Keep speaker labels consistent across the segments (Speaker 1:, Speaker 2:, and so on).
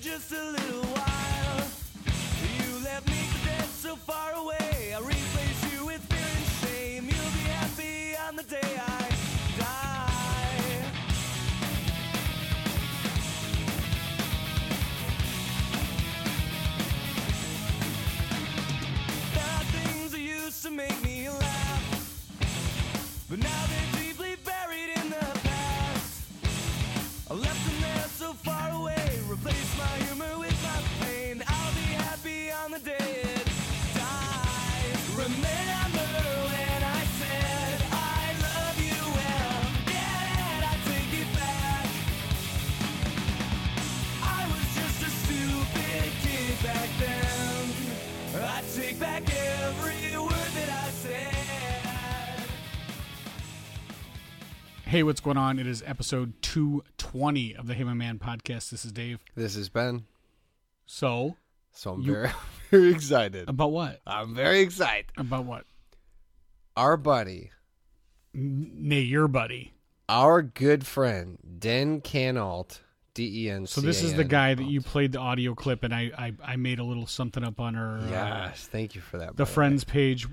Speaker 1: just a little while. You left me for dead so far away. I replace you with fear and shame. You'll be happy on the day I die. There are things that used to make me laugh, but now they're deeply buried in the past. I left them there so far away, replaced my humor with my pain. I'll be happy on the day it dies. Remember when I said I love you well, yeah, I take it back. I was just a stupid kid back then. I take back every word that I said.
Speaker 2: Hey, what's going on? It is episode 220 of the Hey My Man podcast. This is Dave.
Speaker 3: This is Ben.
Speaker 2: So,
Speaker 3: So I'm
Speaker 2: You-
Speaker 3: very, very excited.
Speaker 2: about what?
Speaker 3: I'm very excited.
Speaker 2: About what?
Speaker 3: Our buddy,
Speaker 2: N- Nay, your buddy.
Speaker 3: our good friend, Den Canalt, D E N.
Speaker 2: So, this is the guy that you played the audio clip, and I, I, I made a little something up on our uh,
Speaker 3: Yes, thank you for that.
Speaker 2: the
Speaker 3: brother.
Speaker 2: Friends page,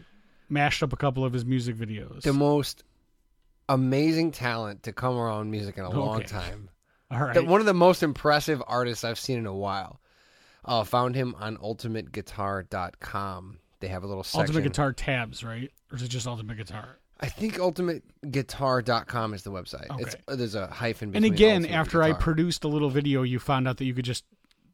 Speaker 2: mashed up a couple of his music videos.
Speaker 3: the most amazing talent to come around music in a long
Speaker 2: Okay.
Speaker 3: time.
Speaker 2: All right.
Speaker 3: The- one of the most impressive artists I've seen in a while. Uh, found him on ultimateguitar.com. They have a little section.
Speaker 2: Ultimate Guitar tabs, right? Or is it just Ultimate Guitar?
Speaker 3: I think ultimateguitar.com is the website. It's,
Speaker 2: Okay.
Speaker 3: uh, there's a hyphen.
Speaker 2: And
Speaker 3: between
Speaker 2: again,
Speaker 3: Ultimate
Speaker 2: after I
Speaker 3: Guitar.
Speaker 2: produced a little video, you found out that you could just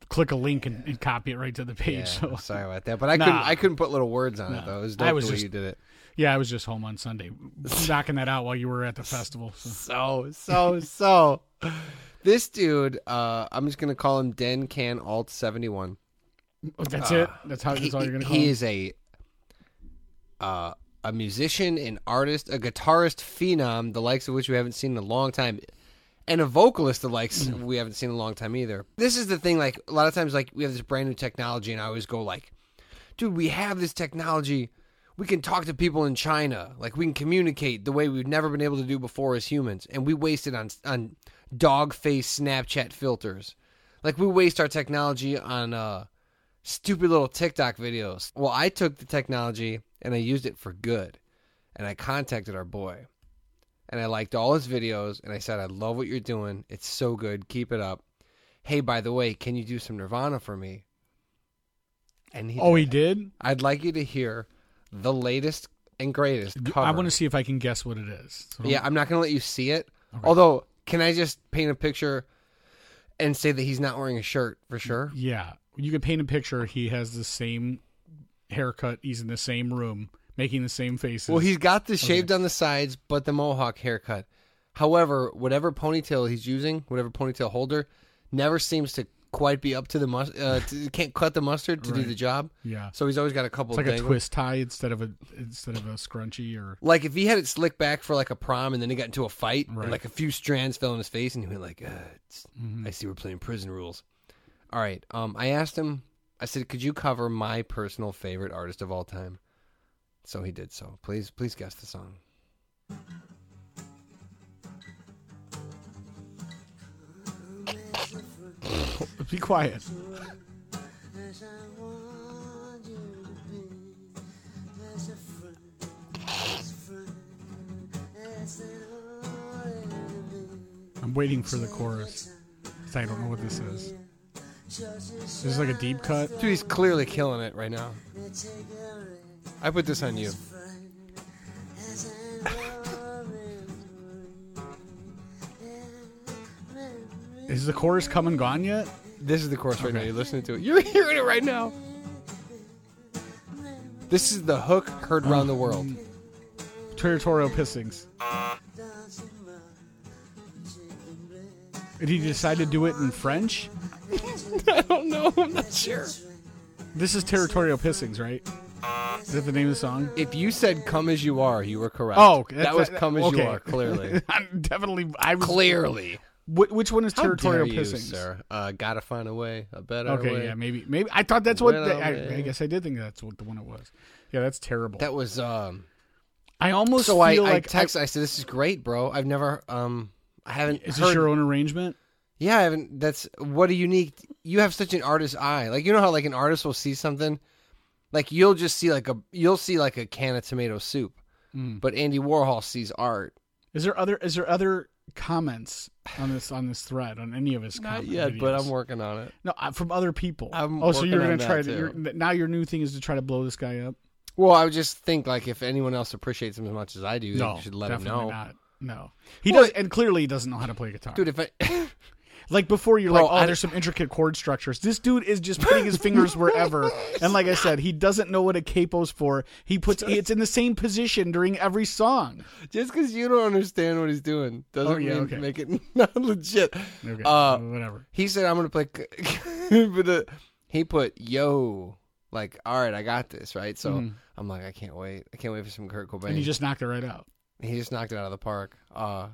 Speaker 2: click a link and, and copy it right to the page.
Speaker 3: Yeah,
Speaker 2: so
Speaker 3: sorry about that, but I
Speaker 2: Nah.
Speaker 3: couldn't. I couldn't put little words on
Speaker 2: Nah.
Speaker 3: it though. It was
Speaker 2: I
Speaker 3: dope
Speaker 2: was
Speaker 3: the way
Speaker 2: just-
Speaker 3: you did it.
Speaker 2: Yeah, I was just home on Sunday, knocking that out while you were at the festival. So.
Speaker 3: So so so. This dude, uh, I'm just gonna call him Den Can Alt seventy one.
Speaker 2: Oh, That's it. That's how. That's all you're gonna call.
Speaker 3: Uh, He
Speaker 2: him?
Speaker 3: is a uh, a musician, an artist, a guitarist phenom, the likes of which we haven't seen in a long time, and a vocalist, the likes
Speaker 2: Mm.
Speaker 3: we haven't seen in a long time either. This is the thing. Like a lot of times, like we have this brand new technology, and I always go like, "Dude, we have this technology. We can talk to people in China. Like we can communicate the way we've never been able to do before as humans, and we waste it on on dog face Snapchat filters. Like we waste our technology on uh." stupid little TikTok videos. Well, I took the technology and I used it for good. And I contacted our boy. And I liked all his videos and I said, I love what you're doing. It's so good. Keep it up. Hey, by the way, can you do some Nirvana for me? And he,
Speaker 2: Oh, he did.
Speaker 3: I'd like you to hear the latest and greatest cover.
Speaker 2: I want to see if I can guess what it is. So don't-
Speaker 3: Yeah, I'm not going to let you see it. Although, can I just paint a picture and say that he's not wearing a shirt for sure?
Speaker 2: Yeah. You can paint a picture. He has the same haircut. He's in the same room, making the same faces.
Speaker 3: Well, he's got the shaved on the sides, but the mohawk haircut. However, whatever ponytail he's using, whatever ponytail holder, never seems to quite be up to the must. Uh, to, can't cut the mustard to do the job.
Speaker 2: Yeah.
Speaker 3: So he's always got a couple.
Speaker 2: It's like a
Speaker 3: dangling.
Speaker 2: twist tie instead of a instead of a scrunchie or
Speaker 3: Like if he had it slicked back for like a prom, and then he got into a fight,
Speaker 2: Right. Mm-hmm.
Speaker 3: and like a few strands fell in his face, and he went like, uh, it's- "I see we're playing prison rules." All right. Um, I asked him. I said, "Could you cover my personal favorite artist of all time?" So he did. So please, please guess the song.
Speaker 2: be quiet. I'm waiting for the chorus. 'cause I don't know what this is. This is like a deep cut.
Speaker 3: Dude, he's clearly killing it right now. I put this on you.
Speaker 2: Is the chorus come and gone yet?
Speaker 3: This is the chorus right now. You're listening to it. You're hearing it right now. This is the hook heard around the world.
Speaker 2: Territorial pissings. Did he decide to do it in French?
Speaker 3: I don't know. I'm not sure.
Speaker 2: This is territorial pissings, right? Is that the name of the song?
Speaker 3: If you said "Come as You Are," you were correct.
Speaker 2: Oh, okay.
Speaker 3: that
Speaker 2: That's-
Speaker 3: was
Speaker 2: that-
Speaker 3: "Come as
Speaker 2: okay.
Speaker 3: You Are." Clearly,
Speaker 2: I'm definitely. I was,
Speaker 3: clearly.
Speaker 2: Wh- which one is
Speaker 3: How
Speaker 2: territorial
Speaker 3: dare you,
Speaker 2: pissings?
Speaker 3: sir? Uh, gotta find a way, a better
Speaker 2: Okay,
Speaker 3: way.
Speaker 2: yeah, maybe, maybe. I thought that's what.
Speaker 3: Well,
Speaker 2: the- I,
Speaker 3: yeah.
Speaker 2: I guess I did think that's what the one it was. Yeah, that's terrible.
Speaker 3: That was. um
Speaker 2: I almost
Speaker 3: So I,
Speaker 2: feel
Speaker 3: I
Speaker 2: like
Speaker 3: text. I, said, "This is great, bro. I've never. um I haven't
Speaker 2: Is
Speaker 3: heard
Speaker 2: this your own arrangement?
Speaker 3: Yeah, I haven't. That's what a unique. You have such an artist's eye. Like you know how like an artist will see something, like you'll just see like a you'll see like a can of tomato soup,
Speaker 2: Mm.
Speaker 3: but Andy Warhol sees art.
Speaker 2: Is there other is there other comments on this on this thread on any of his
Speaker 3: Not
Speaker 2: comments?
Speaker 3: yet, but I'm working on it.
Speaker 2: no I- from other people.
Speaker 3: I'm
Speaker 2: oh, so you're
Speaker 3: working
Speaker 2: gonna
Speaker 3: on
Speaker 2: try
Speaker 3: that,
Speaker 2: to you're, now your new thing is to try to blow this guy up.
Speaker 3: Well, I would just think like if anyone else appreciates him as much as I do, they should let him
Speaker 2: definitely
Speaker 3: know,
Speaker 2: not. No, he
Speaker 3: Well,
Speaker 2: does, and clearly he doesn't know how to play guitar.
Speaker 3: dude. If I
Speaker 2: like before, you're
Speaker 3: Bro,
Speaker 2: like, oh,
Speaker 3: I-
Speaker 2: there's some intricate chord structures. This dude is just putting his fingers wherever, and like I said, he doesn't know what a capo's for. He puts it's in the same position during every song.
Speaker 3: just because you don't understand what he's doing doesn't
Speaker 2: Oh, yeah,
Speaker 3: mean-
Speaker 2: okay.
Speaker 3: make it not legit.
Speaker 2: Okay,
Speaker 3: Uh,
Speaker 2: whatever.
Speaker 3: He said, "I'm gonna play," c- but uh, he put "Yo," like, "All right, I got this," right? So I'm like, I can't wait. I can't wait for some Kurt Cobain.
Speaker 2: Mm. And you just knocked it right out. Hmm.
Speaker 3: He just knocked it out of the park. Uh,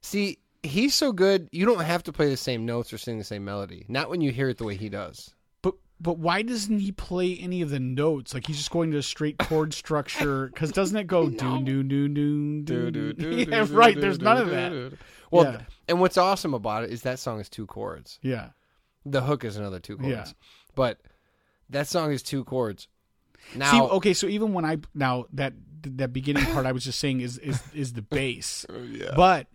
Speaker 3: See, he's so good. You don't have to play the same notes or sing the same melody. Not when you hear it the way he does.
Speaker 2: But but why doesn't he play any of the notes? Like he's just going to a straight chord structure. Because doesn't it go do do do do do do? Yeah, right. There's none of that.
Speaker 3: Well,
Speaker 2: Yeah.
Speaker 3: and what's awesome about it is that song is two chords.
Speaker 2: Yeah.
Speaker 3: The hook is another two chords.
Speaker 2: Yeah.
Speaker 3: But that song is two chords. Now,
Speaker 2: See, okay, so even when I now that that beginning part I was just saying is is is the bass. But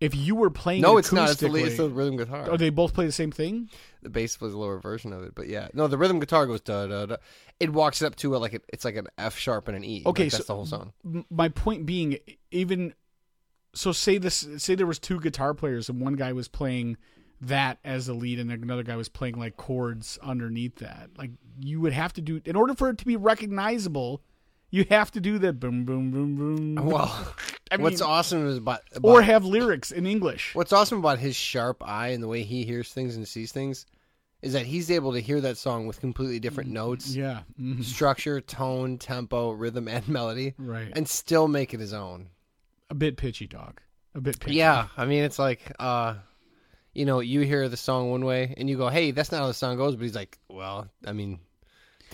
Speaker 2: if you were playing,
Speaker 3: no,
Speaker 2: it
Speaker 3: it's not. It's the, it's the
Speaker 2: acoustically-
Speaker 3: rhythm guitar.
Speaker 2: Oh, they both play the same thing.
Speaker 3: the bass plays a lower version of it, but yeah, no, the rhythm guitar goes da da da. It walks up to a, like a, it's like an F sharp and an E.
Speaker 2: Okay,
Speaker 3: Like, that's
Speaker 2: so-
Speaker 3: the whole song.
Speaker 2: M- My point being, even so, say this, say there was two guitar players and one guy was playing that as the lead and another guy was playing like chords underneath that. Like you would have to do in order for it to be recognizable, you have to do that boom boom boom boom,
Speaker 3: Well,
Speaker 2: I mean-
Speaker 3: what's awesome is about, about
Speaker 2: or have lyrics in English.
Speaker 3: what's awesome about his sharp eye and the way he hears things and sees things is that he's able to hear that song with completely different notes,
Speaker 2: Yeah, mhm.
Speaker 3: structure, tone, tempo, rhythm, and melody,
Speaker 2: Right.
Speaker 3: and still make it his own.
Speaker 2: a bit pitchy, dog. A bit pitchy.
Speaker 3: Yeah, I mean, it's like, uh, you know, you hear the song one way and you go, "Hey, that's not how the song goes," but he's like, "Well, I mean."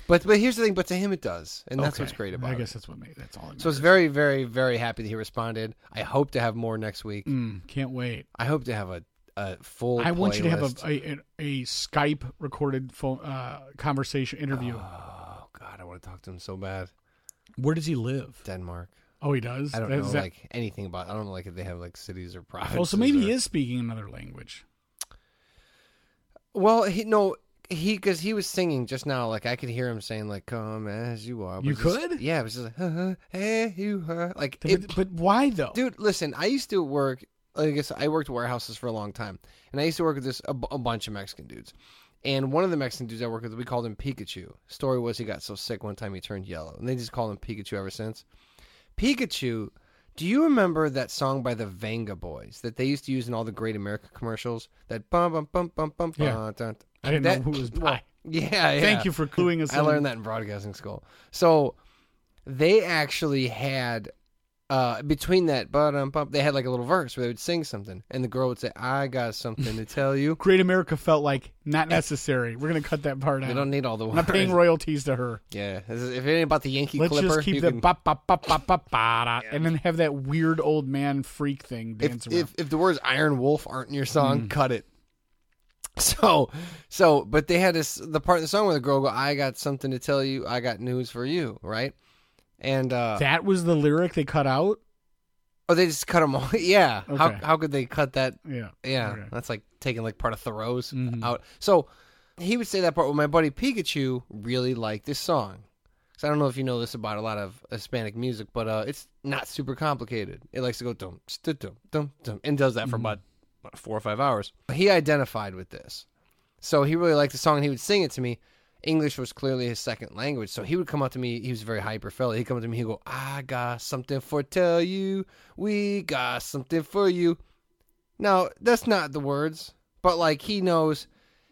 Speaker 3: But but here's the thing. But to him, it does, and that's
Speaker 2: Okay.
Speaker 3: what's great about
Speaker 2: I
Speaker 3: it.
Speaker 2: guess that's what made that's all. It
Speaker 3: So
Speaker 2: matters.
Speaker 3: it's very, very, very happy that he responded. I hope to have more next week.
Speaker 2: Mm, can't wait.
Speaker 3: I hope to have a, a full.
Speaker 2: I want you to have
Speaker 3: playlist.
Speaker 2: a a, a Skype recorded phone uh, conversation interview.
Speaker 3: Oh God, I want to talk to him so bad.
Speaker 2: Where does he live?
Speaker 3: Denmark.
Speaker 2: Oh, he does.
Speaker 3: I don't
Speaker 2: That-
Speaker 3: know
Speaker 2: is that-
Speaker 3: like anything about. I don't know like if they have like cities or provinces.
Speaker 2: well, so maybe he
Speaker 3: or-
Speaker 2: is speaking another language.
Speaker 3: Well, he, no, he because he was singing just now. Like I could hear him saying like "Come as you are." but
Speaker 2: You
Speaker 3: just-
Speaker 2: could?
Speaker 3: Yeah, it was just like "Huh, huh, hey you huh." like it,
Speaker 2: but, but why though?
Speaker 3: dude. Listen, I used to work. I guess I worked warehouses for a long time, and I used to work with this a, bu- a bunch of Mexican dudes. And one of the Mexican dudes I worked with, we called him Pikachu. Story was he got so sick one time he turned yellow, and they just called him Pikachu ever since. Pikachu, do you remember that song by the Vanga Boys that they used to use in all the Great America commercials? That bum bum bum bum bum
Speaker 2: Yeah.
Speaker 3: bum. dun-
Speaker 2: I didn't
Speaker 3: that-
Speaker 2: know who was by.
Speaker 3: well, yeah, yeah.
Speaker 2: Thank you for cluing us.
Speaker 3: I
Speaker 2: in.
Speaker 3: learned that in broadcasting school. So they actually had uh, between that but um bump, they had like a little verse where they would sing something, and the girl would say, "I got something to tell you."
Speaker 2: Great America felt like not necessary. We're gonna cut that part out.
Speaker 3: They don't need all the
Speaker 2: I'm
Speaker 3: words.
Speaker 2: not paying royalties to her.
Speaker 3: yeah, this is- if it ain't about the Yankee
Speaker 2: Let's
Speaker 3: Clipper,
Speaker 2: just keep
Speaker 3: you
Speaker 2: that
Speaker 3: can-
Speaker 2: bop, bop, bop, bop, bop, ba, da, and then have that weird old man freak thing dance
Speaker 3: if,
Speaker 2: around.
Speaker 3: if if the words Iron Wolf aren't in your
Speaker 2: Mm.
Speaker 3: song, cut it. So, so, but they had this the part of the song where the girl go, "I got something to tell you. I got news for you," right? And uh,
Speaker 2: that was the lyric they cut out.
Speaker 3: oh, they just cut them off. yeah, how
Speaker 2: Okay.
Speaker 3: how could they cut that
Speaker 2: Yeah.
Speaker 3: Yeah,
Speaker 2: Okay. Mm-hmm.
Speaker 3: that's like taking like part of Thoreau's out. So he would say that part. Well, my buddy Pikachu really liked this song. So I don't know if you know this about a lot of Hispanic music, but uh, it's not super complicated. It likes to go dum stu, dum dum dum and does that for
Speaker 2: Mm-hmm.
Speaker 3: about, about four or five hours. He identified with this, so he really liked the song and he would sing it to me. English was clearly his second language, so he would come up to me. He was a very hyper fella. He'd come up to me. He'd go, "I got something for tell you. We got something for you." Now, that's not the words, but like he knows,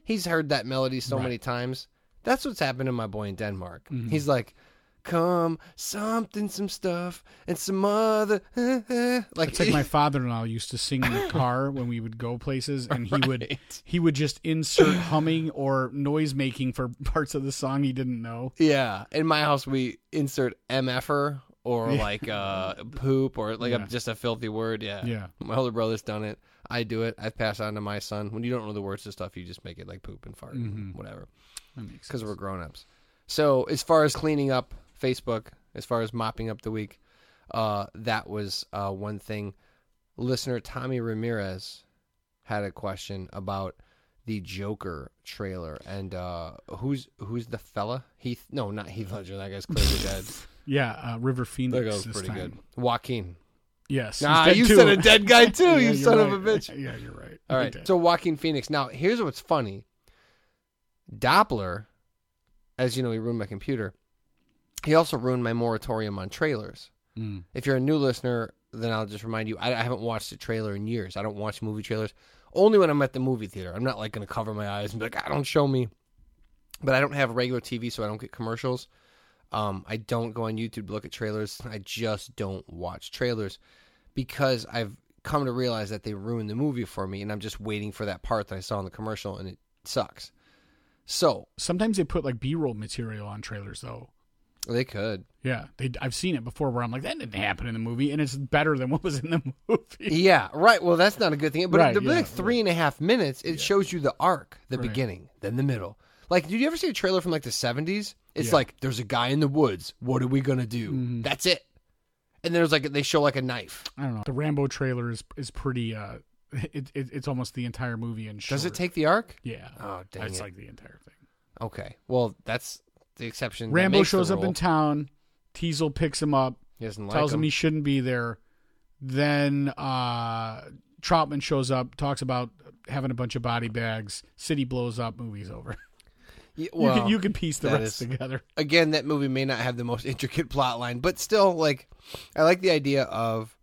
Speaker 3: he's heard that melody so many times. That's what's happened to my boy in Denmark. He's like, come something, some stuff, and some other. like,
Speaker 2: It's like my father-in-law used to sing in the car when we would go places, and he would
Speaker 3: Right.
Speaker 2: he would just insert humming or noise making for parts of the song he didn't know.
Speaker 3: yeah. In my house, we insert mf'er or like uh, poop or like a,
Speaker 2: Yeah.
Speaker 3: just a filthy word. Yeah.
Speaker 2: Yeah.
Speaker 3: My older brother's done it. I do it. I've passed on to my son. When you don't know the words to stuff, you just make it like poop and fart,
Speaker 2: Mm-hmm.
Speaker 3: and whatever,
Speaker 2: That makes sense.
Speaker 3: because we're grown ups. So as far as cleaning up Facebook, as far as mopping up the week, uh, that was uh, one thing. Listener Tommy Ramirez had a question about the Joker trailer and uh, who's who's the fella? Heath? No, not Heath Ledger. That guy's clearly dead.
Speaker 2: Yeah, uh, River Phoenix.
Speaker 3: That guy was
Speaker 2: this
Speaker 3: pretty
Speaker 2: time.
Speaker 3: good. Joaquin.
Speaker 2: Yes. he's
Speaker 3: Nah,
Speaker 2: dead
Speaker 3: you
Speaker 2: too.
Speaker 3: said a dead guy too.
Speaker 2: Yeah,
Speaker 3: you
Speaker 2: you're
Speaker 3: son of a
Speaker 2: right.
Speaker 3: bitch.
Speaker 2: Yeah, you're right. He
Speaker 3: All right.
Speaker 2: did.
Speaker 3: So Joaquin Phoenix. Now here's what's funny. Doppler, as you know, he ruined my computer. He also ruined my moratorium on trailers.
Speaker 2: Mm.
Speaker 3: If you're a new listener, then I'll just remind you I, I haven't watched a trailer in years. I don't watch movie trailers. Only when I'm at the movie theater. I'm not like going to cover my eyes and be like, "I don't show me." But I don't have regular TV, so I don't get commercials. Um, I don't go on YouTube to look at trailers. I just don't watch trailers because I've come to realize that they ruined the movie for me, and I'm just waiting for that part that I saw in the commercial, and it sucks. So
Speaker 2: Sometimes they put like B-roll material on trailers though.
Speaker 3: they could,
Speaker 2: Yeah, they, I've seen it before where I'm like, that didn't happen in the movie, and it's better than what was in the movie.
Speaker 3: yeah, right. Well, that's not a good thing. But
Speaker 2: Right,
Speaker 3: the
Speaker 2: yeah,
Speaker 3: like three and a half minutes, it shows you the arc, the
Speaker 2: Right.
Speaker 3: beginning, then the middle. Like, did you ever see a trailer from like the '70s? It's
Speaker 2: Yeah. Mm-hmm.
Speaker 3: like there's a guy in the woods. What are we gonna do? That's it. And there's like they show like a knife.
Speaker 2: I don't know. The Rambo trailer is is pretty. Uh, it, it it's almost the entire movie in short.
Speaker 3: Does it take the arc?
Speaker 2: Yeah.
Speaker 3: Oh, dang
Speaker 2: It's
Speaker 3: it.
Speaker 2: like the entire thing.
Speaker 3: Okay. Well, that's the exception. that
Speaker 2: Rambo
Speaker 3: makes the
Speaker 2: shows up
Speaker 3: rule.
Speaker 2: in town. Teasel picks him up,
Speaker 3: He doesn't like
Speaker 2: tells him.
Speaker 3: him.
Speaker 2: he shouldn't be there. Then uh, Troutman shows up, talks about having a bunch of body bags. City blows up. Movie's over.
Speaker 3: Yeah,
Speaker 2: You
Speaker 3: well,
Speaker 2: can you can piece the
Speaker 3: that
Speaker 2: rest
Speaker 3: is-
Speaker 2: together.
Speaker 3: again, that movie may not have the most intricate plot line, but still, like, I like the idea of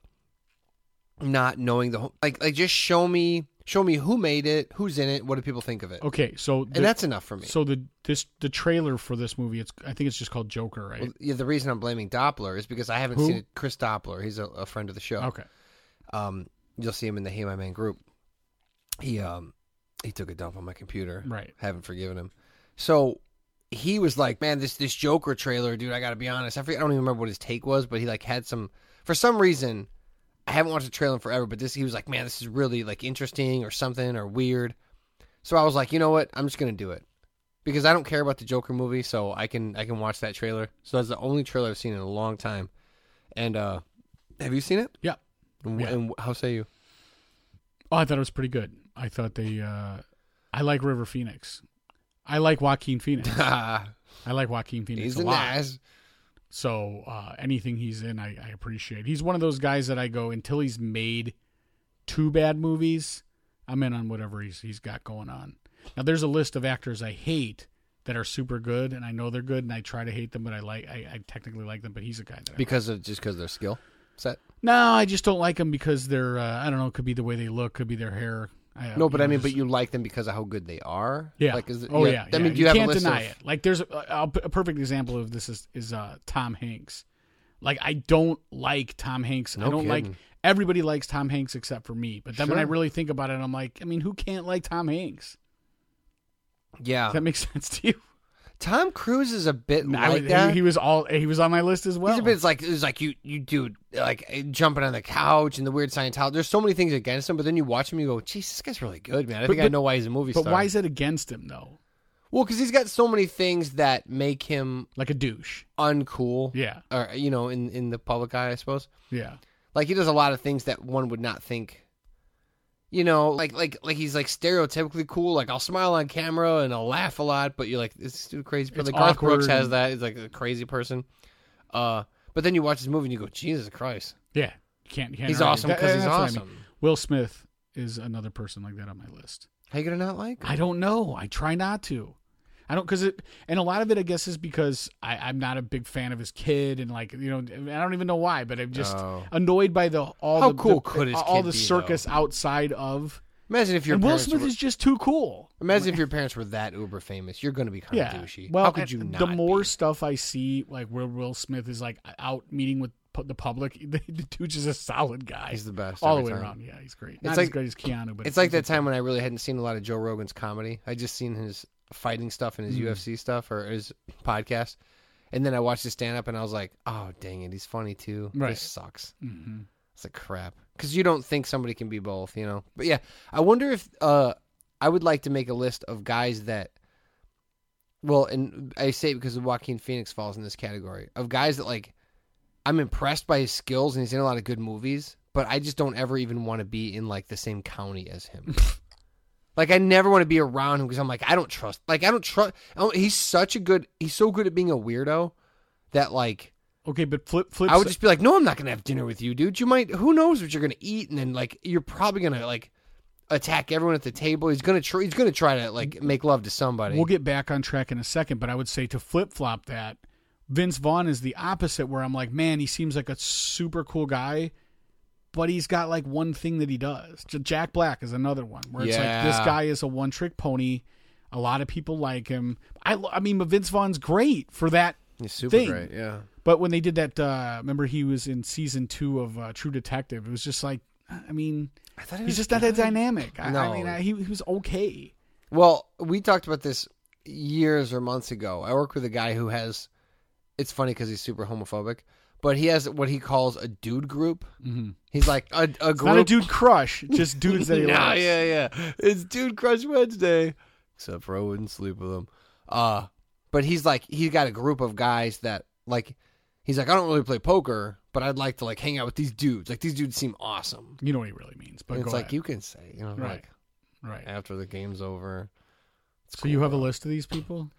Speaker 3: not knowing the whole, like, like just show me, show me who made it, who's in it, what do people think of it,
Speaker 2: Okay, so the,
Speaker 3: and that's enough for me.
Speaker 2: so the this the trailer for this movie. It's I think it's just called Joker, right?
Speaker 3: Well, yeah, the reason I'm blaming Doppler is because I haven't
Speaker 2: Who?
Speaker 3: seen it. Chris Doppler, he's a, a friend of the show.
Speaker 2: okay,
Speaker 3: Um, you'll see him in the Hey My Man group. He um, he took a dump on my computer.
Speaker 2: right.
Speaker 3: haven't forgiven him. So he was like, "Man, this this Joker trailer, dude. I got to be honest. I forget, I don't even remember what his take was, but he like had some for some reason. I haven't watched the trailer in forever, but this he was like, "Man, this is really like interesting or something or weird." So I was like, "You know what? I'm just gonna do it." Because I don't care about the Joker movie, so I can I can watch that trailer. So that's the only trailer I've seen in a long time. And uh have you seen it?
Speaker 2: Yeah.
Speaker 3: And, wh-
Speaker 2: Yeah.
Speaker 3: and how say you?
Speaker 2: Oh, I thought it was pretty good. I thought they. Uh, I like River Phoenix. I like Joaquin Phoenix. I like Joaquin Phoenix
Speaker 3: He's
Speaker 2: a
Speaker 3: a
Speaker 2: lot.
Speaker 3: nice.
Speaker 2: So uh, anything he's in, I, I appreciate. He's one of those guys that I go until he's made two bad movies. I'm in on whatever he's he's got going on. Now there's a list of actors I hate that are super good, and I know they're good, and I try to hate them, but I like I, I technically like them. But he's a guy that I
Speaker 3: because of just because of their skill set.
Speaker 2: no, I just don't like them because they're uh, I don't know. It could be the way they look, could be their hair. I,
Speaker 3: No, but
Speaker 2: you
Speaker 3: I
Speaker 2: know,
Speaker 3: mean,
Speaker 2: just-
Speaker 3: but you like them because of how good they are.
Speaker 2: yeah.
Speaker 3: Like, is it,
Speaker 2: oh yeah.
Speaker 3: I
Speaker 2: yeah.
Speaker 3: mean, do
Speaker 2: you,
Speaker 3: have
Speaker 2: can't
Speaker 3: a list
Speaker 2: deny
Speaker 3: of,
Speaker 2: it. Like there's a, I'll put- a perfect example of this is is uh, Tom Hanks. Like I don't like Tom Hanks. I
Speaker 3: No
Speaker 2: don't like
Speaker 3: kidding.
Speaker 2: everybody likes Tom Hanks except for me. But then when I
Speaker 3: Sure.
Speaker 2: really think about it, I'm like, I mean, who can't like Tom Hanks?
Speaker 3: Yeah, Uh,
Speaker 2: Does that make sense to you?
Speaker 3: Tom Cruise is a bit
Speaker 2: I
Speaker 3: like
Speaker 2: would-
Speaker 3: that.
Speaker 2: he, he was all he was on my list as well.
Speaker 3: He's a bit it's like it's like you you dude like eh, jumping on the couch and the weird Scientology. There's so many things against him, but then you watch him, you go, "Jeez, this guy's really good, man." I think I
Speaker 2: but-
Speaker 3: know why he's a movie
Speaker 2: but
Speaker 3: star.
Speaker 2: why is that against him though?
Speaker 3: Well, because he's got so many things that make him
Speaker 2: Like a douche.
Speaker 3: uncool.
Speaker 2: Yeah.
Speaker 3: or you know, in in the public eye, I suppose.
Speaker 2: Yeah.
Speaker 3: Like he does a lot of things that one would not think. You know, like like like he's like stereotypically cool. Like I'll smile on camera and I'll laugh a lot, but you're like this dude crazy. But
Speaker 2: It's
Speaker 3: like Garth
Speaker 2: awkward
Speaker 3: Brooks has
Speaker 2: and-
Speaker 3: that. He's like a crazy person. Uh, but then you watch this movie and you go, Jesus Christ,
Speaker 2: Yeah. You can't, you can't
Speaker 3: he's
Speaker 2: argue.
Speaker 3: awesome
Speaker 2: That-
Speaker 3: because he's
Speaker 2: that's what I mean.
Speaker 3: awesome.
Speaker 2: Will Smith is another person like that on my list.
Speaker 3: How you gonna not like? him?
Speaker 2: I don't know. I try not to. I don't because it, and a lot of it, I guess, is because I, I'm not a big fan of his kid, and like you know, I don't even know why, but I'm just
Speaker 3: Oh.
Speaker 2: annoyed by the all
Speaker 3: How
Speaker 2: the,
Speaker 3: cool
Speaker 2: the-
Speaker 3: could his
Speaker 2: all
Speaker 3: kid
Speaker 2: the
Speaker 3: be,
Speaker 2: circus outside of.
Speaker 3: Imagine if your
Speaker 2: and Will
Speaker 3: parents
Speaker 2: Smith
Speaker 3: were,
Speaker 2: is just too cool.
Speaker 3: imagine if your parents were that uber famous. You're gonna be kind
Speaker 2: Yeah.
Speaker 3: of douchey.
Speaker 2: Well,
Speaker 3: How could you
Speaker 2: and
Speaker 3: not?
Speaker 2: the more
Speaker 3: be?
Speaker 2: stuff I see, like where Will Smith is like out meeting with pu- the public, the, the dude's just a solid guy.
Speaker 3: he's the best
Speaker 2: all the
Speaker 3: every
Speaker 2: way
Speaker 3: time.
Speaker 2: around. Yeah, he's great. Not as
Speaker 3: like-
Speaker 2: great as Keanu, but
Speaker 3: It's like that time when I really hadn't seen a lot of Joe Rogan's comedy. I just seen his fighting stuff and
Speaker 2: Mm.
Speaker 3: his UFC stuff or his podcast. And then I watched his stand up and I was like, oh, dang it, he's funny too.
Speaker 2: Right.
Speaker 3: This sucks.
Speaker 2: Mhm.
Speaker 3: It's like crap because you don't think somebody can be both, you know. But yeah, I wonder if uh, I would like to make a list of guys that. Well, and I say it because Joaquin Phoenix falls in this category of guys that like I'm impressed by his skills and he's in a lot of good movies, but I just don't ever even want to be in like the same county as him. like I never want to be around him because I'm like I don't trust. Like I don't trust. He's such a good. He's so good at being a weirdo that like
Speaker 2: Okay, but flip flip.
Speaker 3: I would just be like, no, I'm not gonna have dinner with you, dude. You might. Who knows what you're gonna eat, and then like you're probably gonna like attack everyone at the table. He's gonna try. He's gonna try to like make love to somebody.
Speaker 2: We'll get back on track in a second, but I would say to flip flop that Vince Vaughn is the opposite, where I'm like, man, he seems like a super cool guy, but he's got like one thing that he does. J- Jack Black is another one where it's like this
Speaker 3: Yeah.
Speaker 2: guy is a one trick pony. A lot of people like him. I, lo- I mean, but Vince Vaughn's great for that.
Speaker 3: He's super
Speaker 2: thing.
Speaker 3: great. Yeah.
Speaker 2: But when they did that, uh, remember he was in season two of uh, True Detective. It was just like, I mean,
Speaker 3: I thought he
Speaker 2: he's just not that dynamic. I, I
Speaker 3: No.
Speaker 2: mean, I, he, he was okay.
Speaker 3: Well, we talked about this years or months ago. I work with a guy who has. It's funny because he's super homophobic, but he has what he calls a dude group. Mm-hmm. He's like a, a group.
Speaker 2: Not a dude crush, just dudes that he
Speaker 3: Nah,
Speaker 2: likes.
Speaker 3: yeah, yeah. It's Dude Crush Wednesday. Except for I wouldn't sleep with him. Uh but he's like he's got a group of guys that like he's like, I don't really play poker, but I'd like to like hang out with these dudes. Like these dudes seem awesome.
Speaker 2: You know what he really means, but
Speaker 3: And
Speaker 2: go
Speaker 3: it's like
Speaker 2: ahead.
Speaker 3: you can say, you know,
Speaker 2: Right.
Speaker 3: like
Speaker 2: right.
Speaker 3: after the game's over.
Speaker 2: so you have a list of these people.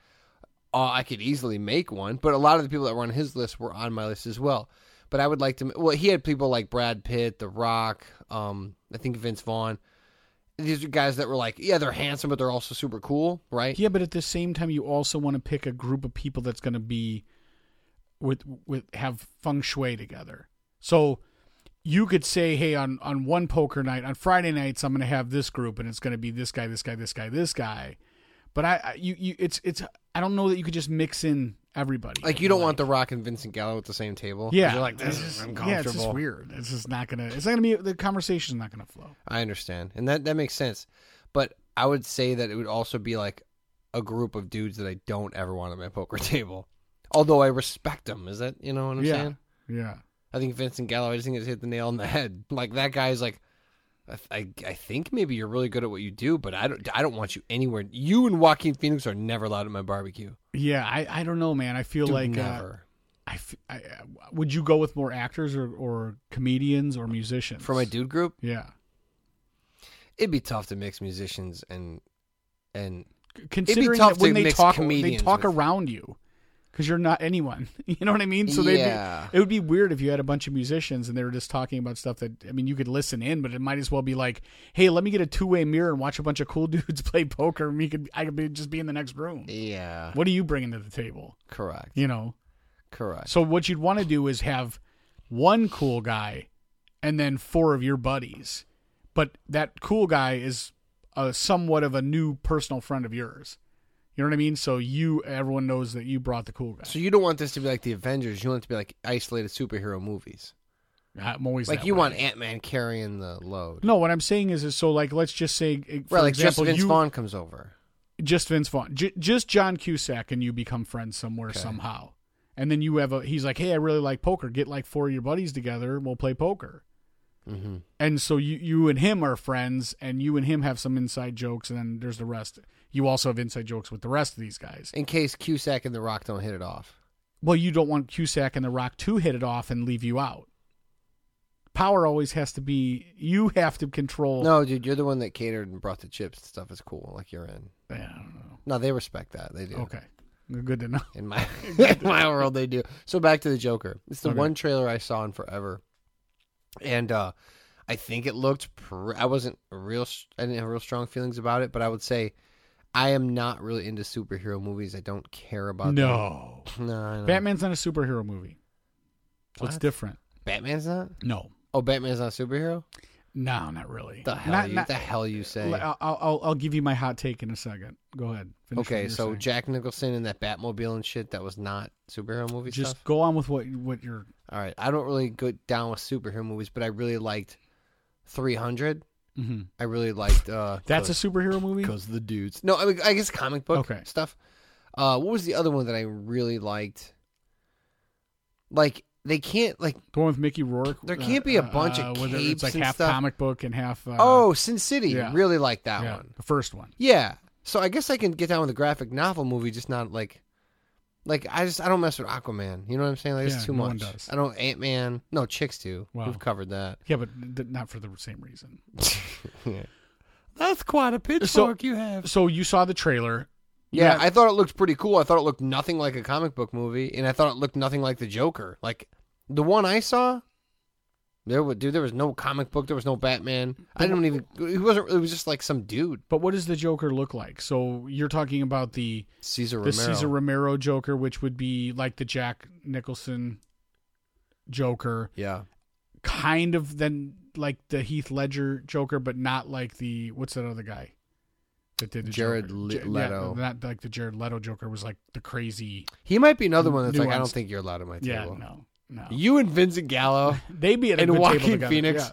Speaker 3: Uh, I could easily make one, but a lot of the people that were on his list were on my list as well. But I would like to. Well, he had people like Brad Pitt, The Rock, um, I think Vince Vaughn. These are guys that were like, yeah, they're handsome, but they're also super cool, right?
Speaker 2: Yeah, but at the same time, you also want to pick a group of people that's going to be with with have feng shui together. So you could say, hey, on on one poker night, on Friday nights, I'm going to have this group, and it's going to be this guy, this guy, this guy, this guy. But I, I you, you, it's it's. I don't know that you could just mix in everybody.
Speaker 3: Like you don't want The Rock and Vincent Gallo at the same table. 'cause
Speaker 2: Yeah,
Speaker 3: you're like this
Speaker 2: It's
Speaker 3: is
Speaker 2: just- Yeah, it's just
Speaker 3: uncomfortable.
Speaker 2: weird. It's just not gonna. It's not gonna be. The conversation's not gonna flow.
Speaker 3: I understand, and that that makes sense. But I would say that it would also be like a group of dudes that I don't ever want at my poker table. Although I respect them, is that you know what I'm
Speaker 2: yeah,
Speaker 3: saying?
Speaker 2: yeah.
Speaker 3: I think Vincent Gallo. I just think it's hit the nail on the head. Like that guy is like, I, I, I think maybe you're really good at what you do, but I don't I don't want you anywhere. You and Joaquin Phoenix are never allowed at my barbecue.
Speaker 2: Yeah, I, I don't know, man. I feel
Speaker 3: Dude,
Speaker 2: like uh,
Speaker 3: never.
Speaker 2: I, f- I- uh, would you go with more actors or, or comedians or musicians
Speaker 3: For my dude group,
Speaker 2: Yeah,
Speaker 3: it'd be tough to mix musicians and and
Speaker 2: C- considering
Speaker 3: tough
Speaker 2: that when
Speaker 3: to
Speaker 2: they
Speaker 3: mix
Speaker 2: talk, they
Speaker 3: comedians
Speaker 2: talk
Speaker 3: with-
Speaker 2: around you because you're not anyone. You know what I mean? So they'd
Speaker 3: Yeah.
Speaker 2: be, it would be weird if you had a bunch of musicians and they were just talking about stuff that I mean you could listen in, but it might as well be like, hey, let me get a two way mirror and watch a bunch of cool dudes play poker. And we could I could be, just be in the next room.
Speaker 3: yeah,
Speaker 2: What are you bringing to the table?
Speaker 3: correct,
Speaker 2: You know.
Speaker 3: correct.
Speaker 2: So what you'd want to do is have one cool guy and then four of your buddies. But that cool guy is a, somewhat of a new personal friend of yours. You know what I mean? So you everyone knows that you brought the cool guy.
Speaker 3: So you don't want this to be like the Avengers. You want it to be like isolated superhero movies.
Speaker 2: I'm always
Speaker 3: Like
Speaker 2: that
Speaker 3: you
Speaker 2: way.
Speaker 3: want Ant Man carrying the load.
Speaker 2: No, what I'm saying is, is so like let's just say e, for
Speaker 3: right, like
Speaker 2: example,
Speaker 3: just Vince
Speaker 2: you
Speaker 3: Vaughn comes over.
Speaker 2: just Vince Vaughn, J- just John Cusack, and you become friends somewhere somehow. And then you have a he's like, hey, I really like poker. Get like four of your buddies together, and we'll play poker.
Speaker 3: Mm-hmm.
Speaker 2: And so you you and him are friends, and you and him have some inside jokes, and then there's the rest. You also have inside jokes with the rest of these guys.
Speaker 3: in case Cusack and The Rock don't hit it off.
Speaker 2: Well, you don't want Cusack and The Rock to hit it off and leave you out. Power always has to be. You have to control.
Speaker 3: No, dude, you're the one that catered and brought the chips and stuff. It's cool. Like you're in.
Speaker 2: Yeah, I don't know.
Speaker 3: No, they respect that. They do.
Speaker 2: Okay, good to know.
Speaker 3: In my in my world, they do. So back to the Joker. It's the
Speaker 2: Okay.
Speaker 3: one trailer I saw in forever, and uh I think it looked. Pr- I wasn't real. s- I didn't have real strong feelings about it, but I would say I am not really into superhero movies. I don't care about.
Speaker 2: No,
Speaker 3: them. no, I know.
Speaker 2: Batman's not a superhero movie. So it's
Speaker 3: What?
Speaker 2: different.
Speaker 3: Batman's not.
Speaker 2: No,
Speaker 3: Oh, Batman's not a superhero.
Speaker 2: no, not really.
Speaker 3: The hell
Speaker 2: Not-
Speaker 3: you?
Speaker 2: not-
Speaker 3: the hell you say?
Speaker 2: I'll, I'll I'll give you my hot take in a second. Go ahead. Finish what
Speaker 3: okay,
Speaker 2: you're
Speaker 3: so
Speaker 2: saying.
Speaker 3: Jack Nicholson and that Batmobile and shit. That was not superhero movie
Speaker 2: just
Speaker 3: stuff.
Speaker 2: go on with what what you're.
Speaker 3: All right, I don't really go down with superhero movies, but I really liked 300.
Speaker 2: hmm
Speaker 3: I really liked uh
Speaker 2: That's a superhero movie.
Speaker 3: because the dudes. No, I, mean, I guess comic book
Speaker 2: Okay.
Speaker 3: stuff. Uh, what was the other one that I really liked? Like they can't like
Speaker 2: The one with Mickey Rourke. uh,
Speaker 3: There can't be a bunch of
Speaker 2: whether
Speaker 3: capes
Speaker 2: it's like
Speaker 3: and
Speaker 2: half
Speaker 3: stuff.
Speaker 2: comic book and half. Uh,
Speaker 3: oh Sin City.
Speaker 2: yeah.
Speaker 3: Really like that
Speaker 2: yeah,
Speaker 3: one.
Speaker 2: the first one.
Speaker 3: Yeah. So I guess I can get down with a graphic novel movie, just not like, like I just I don't mess with Aquaman. You know what I'm saying? Like
Speaker 2: Yeah,
Speaker 3: it's too
Speaker 2: no one
Speaker 3: much.
Speaker 2: does.
Speaker 3: I don't Ant Man. No chicks do.
Speaker 2: Wow.
Speaker 3: We've covered that.
Speaker 2: Yeah, but th- not for the same reason.
Speaker 3: That's quite a
Speaker 2: pitchfork
Speaker 3: you have.
Speaker 2: So you saw the trailer.
Speaker 3: Yeah,
Speaker 2: Yeah.
Speaker 3: I thought it looked pretty cool. I thought it looked nothing like a comic book movie, and I thought it looked nothing like the Joker. Like the one I saw, there was dude. There was no comic book. There was no Batman. I didn't even. It wasn't. It was just like some dude.
Speaker 2: But what does the Joker look like? So you're talking about the
Speaker 3: Caesar
Speaker 2: the
Speaker 3: Romero.
Speaker 2: Caesar Romero Joker, which would be like the Jack Nicholson Joker,
Speaker 3: yeah.
Speaker 2: kind of then like the Heath Ledger Joker, but not like the what's that other guy that did the
Speaker 3: Jared
Speaker 2: Joker?
Speaker 3: Le-
Speaker 2: J- yeah,
Speaker 3: Leto.
Speaker 2: not like the Jared Leto Joker was like the crazy.
Speaker 3: He might be another one that's like, I don't
Speaker 2: Nuanced.
Speaker 3: think you're allowed at my
Speaker 2: Yeah,
Speaker 3: table.
Speaker 2: no, no.
Speaker 3: You and Vincent Gallo.
Speaker 2: They be at a
Speaker 3: And
Speaker 2: good
Speaker 3: Joaquin
Speaker 2: table together.
Speaker 3: Phoenix.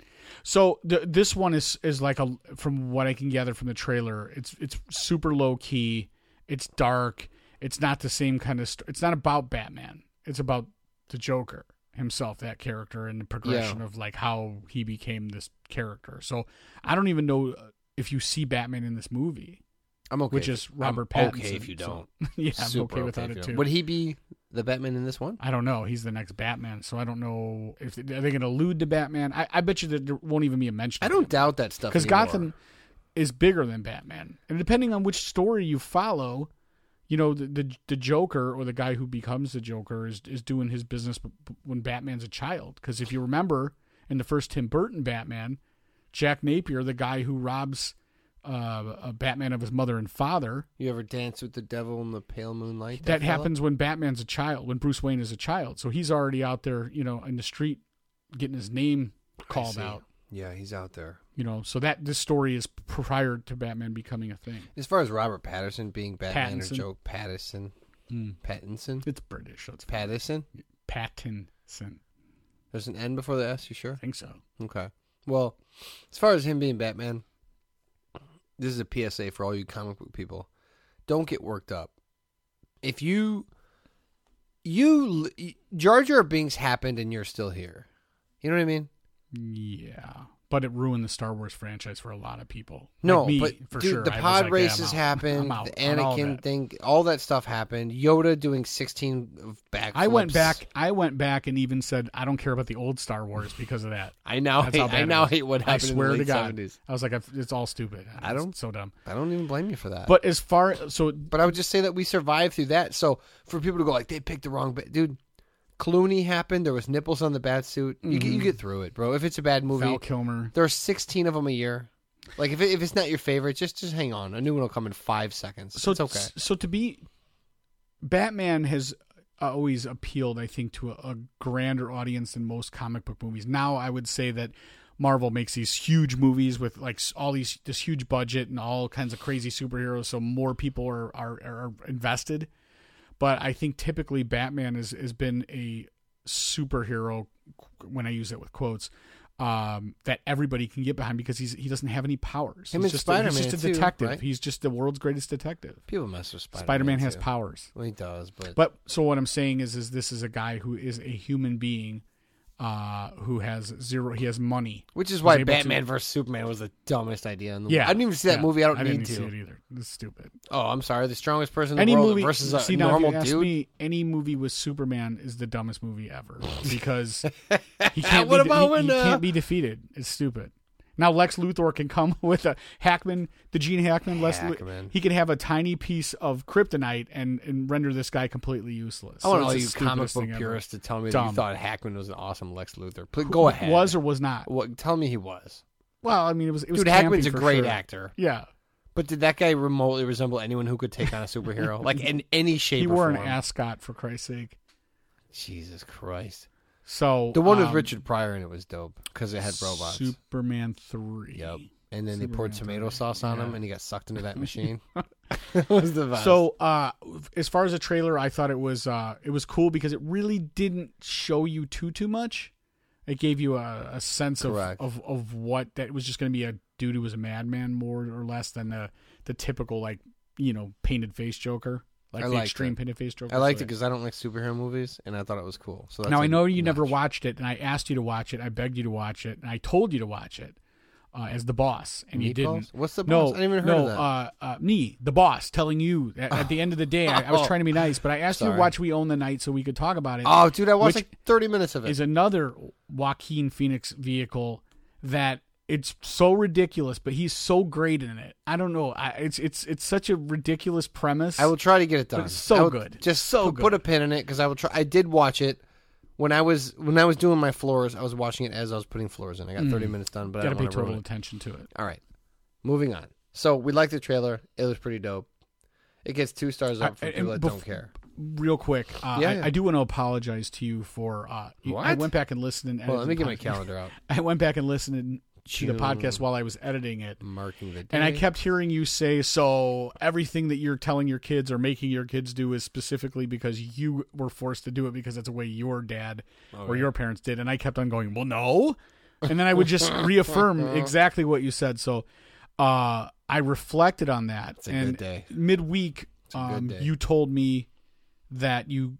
Speaker 2: yeah. So th- this one is is like a from what I can gather from the trailer, it's it's super low key. It's dark. It's not the same kind of. St- it's not about Batman. It's about the Joker himself, that character, and the progression of like how he became this character. So I don't even know uh, if you see Batman in this movie,
Speaker 3: I'm okay.
Speaker 2: which
Speaker 3: if-
Speaker 2: is Robert
Speaker 3: I'm
Speaker 2: Pattinson.
Speaker 3: Okay, if you don't.
Speaker 2: So, yeah, I'm
Speaker 3: Super
Speaker 2: okay without
Speaker 3: if
Speaker 2: it
Speaker 3: you
Speaker 2: too.
Speaker 3: don't. Would he be the Batman in this one?
Speaker 2: I don't know. He's the next Batman, so I don't know if are they going to allude to Batman. I, I bet you that there won't even be a mention.
Speaker 3: I don't doubt that stuff.
Speaker 2: because
Speaker 3: Because
Speaker 2: Gotham is bigger than Batman, and depending on which story you follow, you know the the, the Joker or the guy who becomes the Joker is is doing his business b- b- when Batman's a child. Because if you remember in the first Tim Burton Batman, Jack Napier, the guy who robs uh, a Batman of his mother and father,
Speaker 3: You ever dance with the devil in the pale moonlight?
Speaker 2: that
Speaker 3: fella?
Speaker 2: happens when Batman's a child, when Bruce Wayne is a child. So he's already out there, you know, in the street getting his name called
Speaker 3: See.
Speaker 2: out.
Speaker 3: Yeah, he's out there.
Speaker 2: You know, so that this story is prior to Batman becoming a thing.
Speaker 3: As far as Robert Patterson being Batman
Speaker 2: Pattinson. Hmm.
Speaker 3: or Joe Patterson, Pattinson,
Speaker 2: It's British, so it's
Speaker 3: Patterson.
Speaker 2: Pattinson.
Speaker 3: There's an N before the S. You sure?
Speaker 2: I think so.
Speaker 3: Okay. Well, as far as him being Batman, this is a PSA for all you comic book people. Don't get worked up. If you you l- Jar Jar Binks happened and you're still here. You know what I mean?
Speaker 2: Yeah, but it ruined the Star Wars franchise for a lot of people.
Speaker 3: No,
Speaker 2: Like me,
Speaker 3: but
Speaker 2: for
Speaker 3: dude,
Speaker 2: sure.
Speaker 3: the
Speaker 2: I was
Speaker 3: pod
Speaker 2: like, yeah, I'm
Speaker 3: races
Speaker 2: out. I'm
Speaker 3: happened.
Speaker 2: out
Speaker 3: The
Speaker 2: on all
Speaker 3: Anakin
Speaker 2: that.
Speaker 3: thing, all that stuff happened. Yoda doing sixteen of backflips.
Speaker 2: I went back. I went back and even said I don't care about the old Star Wars because of that.
Speaker 3: I now
Speaker 2: That's
Speaker 3: hate,
Speaker 2: how bad
Speaker 3: Oh, I
Speaker 2: it
Speaker 3: now
Speaker 2: was.
Speaker 3: hate what happened.
Speaker 2: I swear
Speaker 3: in the
Speaker 2: to
Speaker 3: late
Speaker 2: God,
Speaker 3: 70s.
Speaker 2: I was like, I've- it's all stupid.
Speaker 3: I don't-
Speaker 2: It's so dumb.
Speaker 3: I don't even blame you for that.
Speaker 2: But as far so
Speaker 3: But I would just say that we survived through that. So for people to go like they picked the wrong, ba-. dude, Clooney happened. There was nipples on the bat suit. You get
Speaker 2: Mm-hmm.
Speaker 3: you get through it, bro. If it's a bad movie,
Speaker 2: Val Kilmer,
Speaker 3: there are sixteen of them a year. Like if it, if it's not your favorite, just just hang on. A new one will come in five seconds.
Speaker 2: so
Speaker 3: it's okay.
Speaker 2: So to be, Batman has uh, always appealed, I think, to a, a grander audience than most comic book movies. Now I would say that Marvel makes these huge movies with like s- all these this huge budget and all kinds of crazy superheroes, so more people are are, are invested. But I think typically Batman has has been a superhero qu- when I use it with quotes. Um, that everybody can get behind because he's he doesn't have any powers.
Speaker 3: Him
Speaker 2: he's
Speaker 3: and
Speaker 2: just a, he's
Speaker 3: Spider-Man
Speaker 2: just a
Speaker 3: too,
Speaker 2: detective.
Speaker 3: right?
Speaker 2: He's just the world's greatest detective.
Speaker 3: people mess with Spider.
Speaker 2: Spider Man has
Speaker 3: too.
Speaker 2: powers.
Speaker 3: Well, he does, but,
Speaker 2: But so what I'm saying is, is this is a guy who is a human being, uh, who has zero. He has money.
Speaker 3: which
Speaker 2: was
Speaker 3: is why
Speaker 2: able to-
Speaker 3: Batman versus Superman was the dumbest idea in the
Speaker 2: Yeah,
Speaker 3: world. I didn't even see that
Speaker 2: yeah.
Speaker 3: movie. I don't
Speaker 2: I
Speaker 3: need
Speaker 2: didn't
Speaker 3: to.
Speaker 2: see it either. It's stupid.
Speaker 3: Oh, I'm sorry. The strongest person in
Speaker 2: Any
Speaker 3: the world
Speaker 2: movie
Speaker 3: versus a
Speaker 2: see, now, if
Speaker 3: normal
Speaker 2: you ask
Speaker 3: dude.
Speaker 2: Me, any movie with Superman is the dumbest movie ever because he can't.
Speaker 3: What
Speaker 2: be,
Speaker 3: about
Speaker 2: he,
Speaker 3: when,
Speaker 2: he
Speaker 3: uh,
Speaker 2: can't be defeated? It's stupid. Now Lex Luthor can come with a Hackman, the Gene Hackman. Lex Lu-
Speaker 3: Hackman.
Speaker 2: he can have a tiny piece of kryptonite and, and render this guy completely useless.
Speaker 3: I want
Speaker 2: So
Speaker 3: all
Speaker 2: it's
Speaker 3: you
Speaker 2: the
Speaker 3: comic
Speaker 2: stupidest
Speaker 3: book
Speaker 2: thing ever.
Speaker 3: purists to tell me that you
Speaker 2: Dumb.
Speaker 3: thought Hackman was an awesome Lex Luthor. Please go ahead.
Speaker 2: Was or was not.
Speaker 3: What, tell me he was.
Speaker 2: Well, I mean, it was. It was
Speaker 3: Dude,
Speaker 2: campy
Speaker 3: Hackman's a
Speaker 2: for
Speaker 3: great
Speaker 2: sure.
Speaker 3: actor.
Speaker 2: Yeah,
Speaker 3: But did that guy remotely resemble anyone who could take on a superhero? like in any shape
Speaker 2: he
Speaker 3: or
Speaker 2: wore
Speaker 3: form?
Speaker 2: an ascot for Christ's sake.
Speaker 3: Jesus Christ.
Speaker 2: So
Speaker 3: The one with
Speaker 2: um,
Speaker 3: Richard Pryor and it was dope because it had robots.
Speaker 2: Superman three.
Speaker 3: Yep. And then they poured tomato sauce on him and he got sucked into that machine. that was the best.
Speaker 2: So, uh, as far as the trailer, I thought it was uh, it was cool because it really didn't show you too too much. It gave you a, a sense of,
Speaker 3: Correct.
Speaker 2: of of what that it was just going to be a dude who was a madman more or less than the the typical like you know painted face Joker. like
Speaker 3: I
Speaker 2: the
Speaker 3: liked
Speaker 2: extreme
Speaker 3: it.
Speaker 2: pinafore stroke.
Speaker 3: I
Speaker 2: was
Speaker 3: liked it
Speaker 2: like-
Speaker 3: because I don't like superhero movies, and I thought it was cool. So that's
Speaker 2: Now I
Speaker 3: a
Speaker 2: know you never
Speaker 3: notch.
Speaker 2: watched it, and I asked you to watch it. I begged you to watch it, and I told you to watch it uh, as the boss, and you
Speaker 3: Meatballs?
Speaker 2: didn't.
Speaker 3: What's the
Speaker 2: No,
Speaker 3: boss? I didn't even heard
Speaker 2: no,
Speaker 3: of that.
Speaker 2: Uh, uh, me, the boss, telling you at, at the end of the day, I, I was trying to be nice, but I asked you
Speaker 3: Oh. Sorry.
Speaker 2: to watch We Own the Night so we could talk about it.
Speaker 3: Oh, dude, I watched
Speaker 2: which
Speaker 3: like 30 minutes of it.
Speaker 2: is another Joaquin Phoenix vehicle that it's so ridiculous, but he's so great in it. I don't know. I, it's it's it's such a ridiculous premise.
Speaker 3: I will try to get it done.
Speaker 2: it's so
Speaker 3: I will
Speaker 2: good.
Speaker 3: Just
Speaker 2: So
Speaker 3: put, put a pin in it because I will try. I did watch it when I was when I was doing my floors. I was watching it as I was putting floors in. I got 30 minutes done, but
Speaker 2: Mm.
Speaker 3: I
Speaker 2: gotta
Speaker 3: don't
Speaker 2: pay
Speaker 3: want to ruin
Speaker 2: total
Speaker 3: it.
Speaker 2: attention to it.
Speaker 3: All right, moving on. So we liked the trailer. It was pretty dope. It gets two stars up
Speaker 2: I-
Speaker 3: from
Speaker 2: and
Speaker 3: people that
Speaker 2: bef-
Speaker 3: don't care.
Speaker 2: real quick, uh,
Speaker 3: Yeah,
Speaker 2: I,
Speaker 3: yeah.
Speaker 2: I do want to apologize to you for. Uh, you- I
Speaker 3: What?
Speaker 2: went back and listened. And
Speaker 3: Well, let me
Speaker 2: edited
Speaker 3: get
Speaker 2: the
Speaker 3: my
Speaker 2: podcast.
Speaker 3: calendar out,
Speaker 2: I went back and listened to the
Speaker 3: June.
Speaker 2: podcast while I was editing it,
Speaker 3: marking the day.
Speaker 2: and I kept hearing you say, "So everything that you're telling your kids or making your kids do is specifically because you were forced to do it because that's the way your dad
Speaker 3: Oh,
Speaker 2: or your parents did." And I kept on going, "Well, no," and then I would just reaffirm
Speaker 3: Uh-huh.
Speaker 2: exactly what you said. So uh, I reflected on that,
Speaker 3: a
Speaker 2: and
Speaker 3: good day.
Speaker 2: midweek, um,
Speaker 3: day.
Speaker 2: you told me that you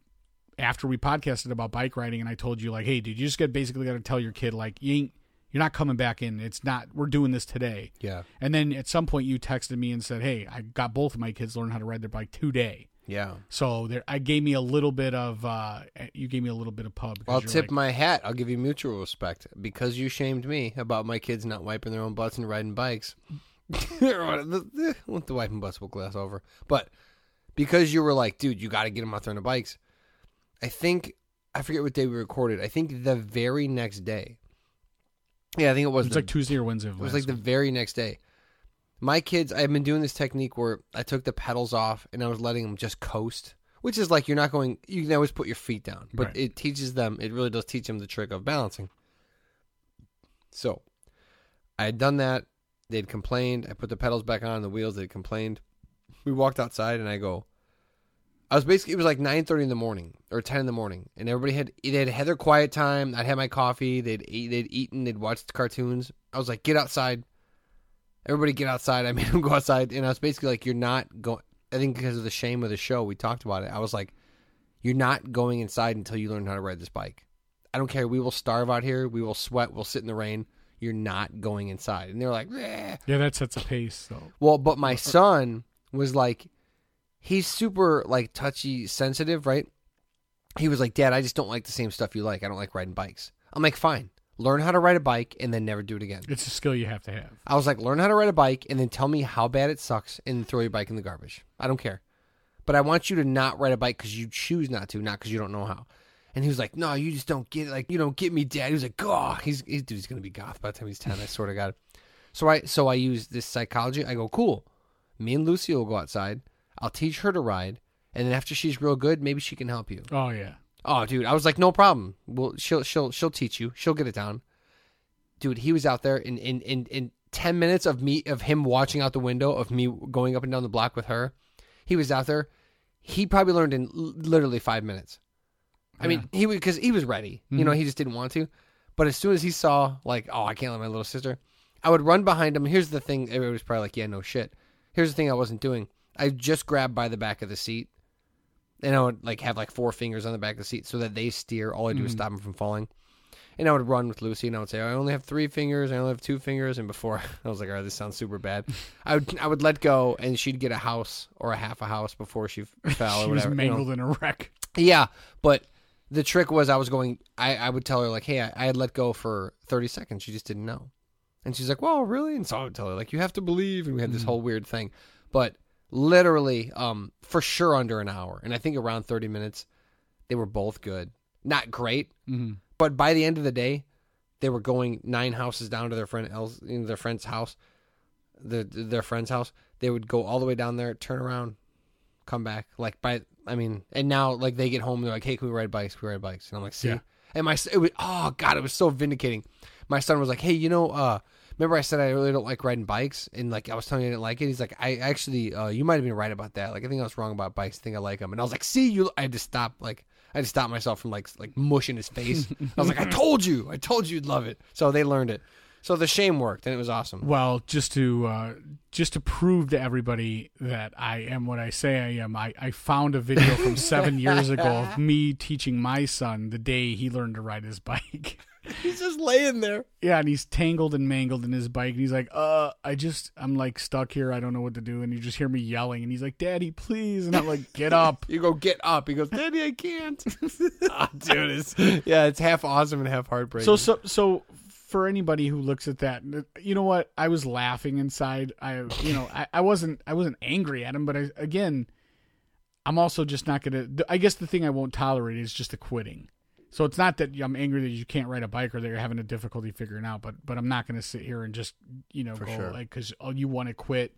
Speaker 2: after we podcasted about bike riding and I told you like, hey, dude, you just got basically got to tell your kid like, you ain't, you're not coming back in. It's not. We're doing this today.
Speaker 3: Yeah,
Speaker 2: And then at some point you texted me and said, hey, I got both of my kids learn how to ride their bike today.
Speaker 3: yeah.
Speaker 2: So there, I gave me a little bit of, uh, you gave me a little bit of pub. 'cause
Speaker 3: I'll
Speaker 2: you're
Speaker 3: tip
Speaker 2: like,
Speaker 3: my hat. I'll give you mutual respect because you shamed me about my kids not wiping their own butts and riding bikes. the, the, the wiping butts will glass over, but because you were like, dude, you got to get them out there on the bikes. I think I forget what day we recorded. I think the very next day. Yeah, I think it was.
Speaker 2: It was
Speaker 3: the-
Speaker 2: like Tuesday or Wednesday. Of
Speaker 3: it was
Speaker 2: last
Speaker 3: like the very next day. My kids, I've been doing this technique where I took the pedals off and I was letting them just coast, which is like you're not going, you can always put your feet down, but
Speaker 2: Right.
Speaker 3: it teaches them, it really does teach them the trick of balancing. So I had done that. They'd complained. I put the pedals back on the wheels. They'd complained. We walked outside and I go, I was basically, it was like 9.30 in the morning or 10 in the morning and everybody had, they'd had their quiet time. I'd had my coffee. They'd, eat, they'd eaten. They'd watched cartoons. I was like, get outside. Everybody get outside. I made them go outside. And I was basically like, you're not going, I think because of the shame of the show, we talked about it. I was like, you're not going inside until you learn how to ride this bike. I don't care. We will starve out here. We will sweat. We'll sit in the rain. You're not going inside. And they're like, "Bleh."
Speaker 2: week. Yeah, that sets a pace though.
Speaker 3: well, but my son was like, he's super like touchy sensitive, right? He was like, Dad, I just don't like the same stuff you like. I don't like riding bikes. I'm like, fine. Learn how to ride a bike and then never do it again.
Speaker 2: It's a skill you have to have.
Speaker 3: I was like, learn how to ride a bike and then tell me how bad it sucks and then throw your bike in the garbage. I don't care. But I want you to not ride a bike because you choose not to, not because you don't know how. And he was like, no, you just don't get it. Like, you don't get me, dad. He was like, oh, he's, he's, dude, he's going to be goth by the time he's 10. I swear to God. So I, so I use this psychology. I go, cool. Me and Lucy will go outside. I'll teach her to ride. And then after she's real good, maybe she can help you.
Speaker 2: Oh yeah.
Speaker 3: Oh, dude, I was like, no problem. Well, she'll she'll she'll teach you. She'll get it down. Dude, he was out there in in in, in ten minutes of me of him watching out the window of me going up and down the block with her. He was out there. He probably learned in l- literally five minutes. I mean, he because he was ready. You
Speaker 2: Mm-hmm.
Speaker 3: know, he just didn't want to. But as soon as he saw, like, oh, I can't let my little sister, I would run behind him. Here's the thing: everybody was probably like, yeah, no shit. Here's the thing: I wasn't doing. I just grabbed by the back of the seat and I would like have like four fingers on the back of the seat so that they steer. All I do
Speaker 2: Mm.
Speaker 3: is stop them from falling. And I would run with Lucy, and I would say, "I only have three fingers. I only have two fingers." And before I was like, "All right, this sounds super bad," I would I would let go, and she'd get a house or a half a house before she f- fell.
Speaker 2: She
Speaker 3: or
Speaker 2: was
Speaker 3: Oh, whatever, you know?
Speaker 2: mangled in a wreck.
Speaker 3: Yeah, but the trick was I was going. I, I would tell her like, "Hey, I, I had let go for thirty seconds. She just didn't know," and she's like, "Well, really?" And so I would tell her like, "You have to believe," and we had this whole weird thing. But literally, um, for sure under an hour, and I think around thirty minutes, they were both good. Not great, but by the end of the day, they were going nine houses down to their friend else, you know, their friend's house, the their friend's house. They would go all the way down there, turn around, come back. Like by, I mean, and now like they get home, they're like, "Hey, can we ride bikes? Can we ride bikes?" And I'm like, "See."
Speaker 2: Yeah.
Speaker 3: And my s- it was, oh god, it was so vindicating. My son was like, "Hey, you know, uh, remember I said I really don't like riding bikes, and like I was telling you I didn't like it." He's like, "I actually, uh, you might have been right about that. Like I think I was wrong about bikes. I think I like them." And I was like, "See, you," I had to stop like. I had to stop myself from like like mushing his face. I was like, "I told you, I told you you'd love it." So they learned it. So the shame worked, and it was awesome.
Speaker 2: Well, just to uh, just to prove to everybody that I am what I say I am, I, I found a video from seven years ago of me teaching my son the day he learned to ride his bike.
Speaker 3: He's just laying there.
Speaker 2: yeah, and he's tangled and mangled in his bike, and he's like, "Uh, I just I'm like stuck here. I don't know what to do." And you just hear me yelling, and he's like, "Daddy, please!" And I'm like, "Get up!"
Speaker 3: You go get up. He goes, Daddy, I can't. Ah, dude, it's yeah, it's half awesome and half heartbreaking.
Speaker 2: So so so for anybody who looks at that, you know what? I was laughing inside. I you know I, I wasn't I wasn't angry at him, but I, again, I'm also just not gonna. I guess the thing I won't tolerate is just the quitting. So it's not that I'm angry that you can't ride a bike or that you're having a difficulty figuring out, but but I'm not gonna sit here and just you know go
Speaker 3: sure.
Speaker 2: like because oh you want to quit.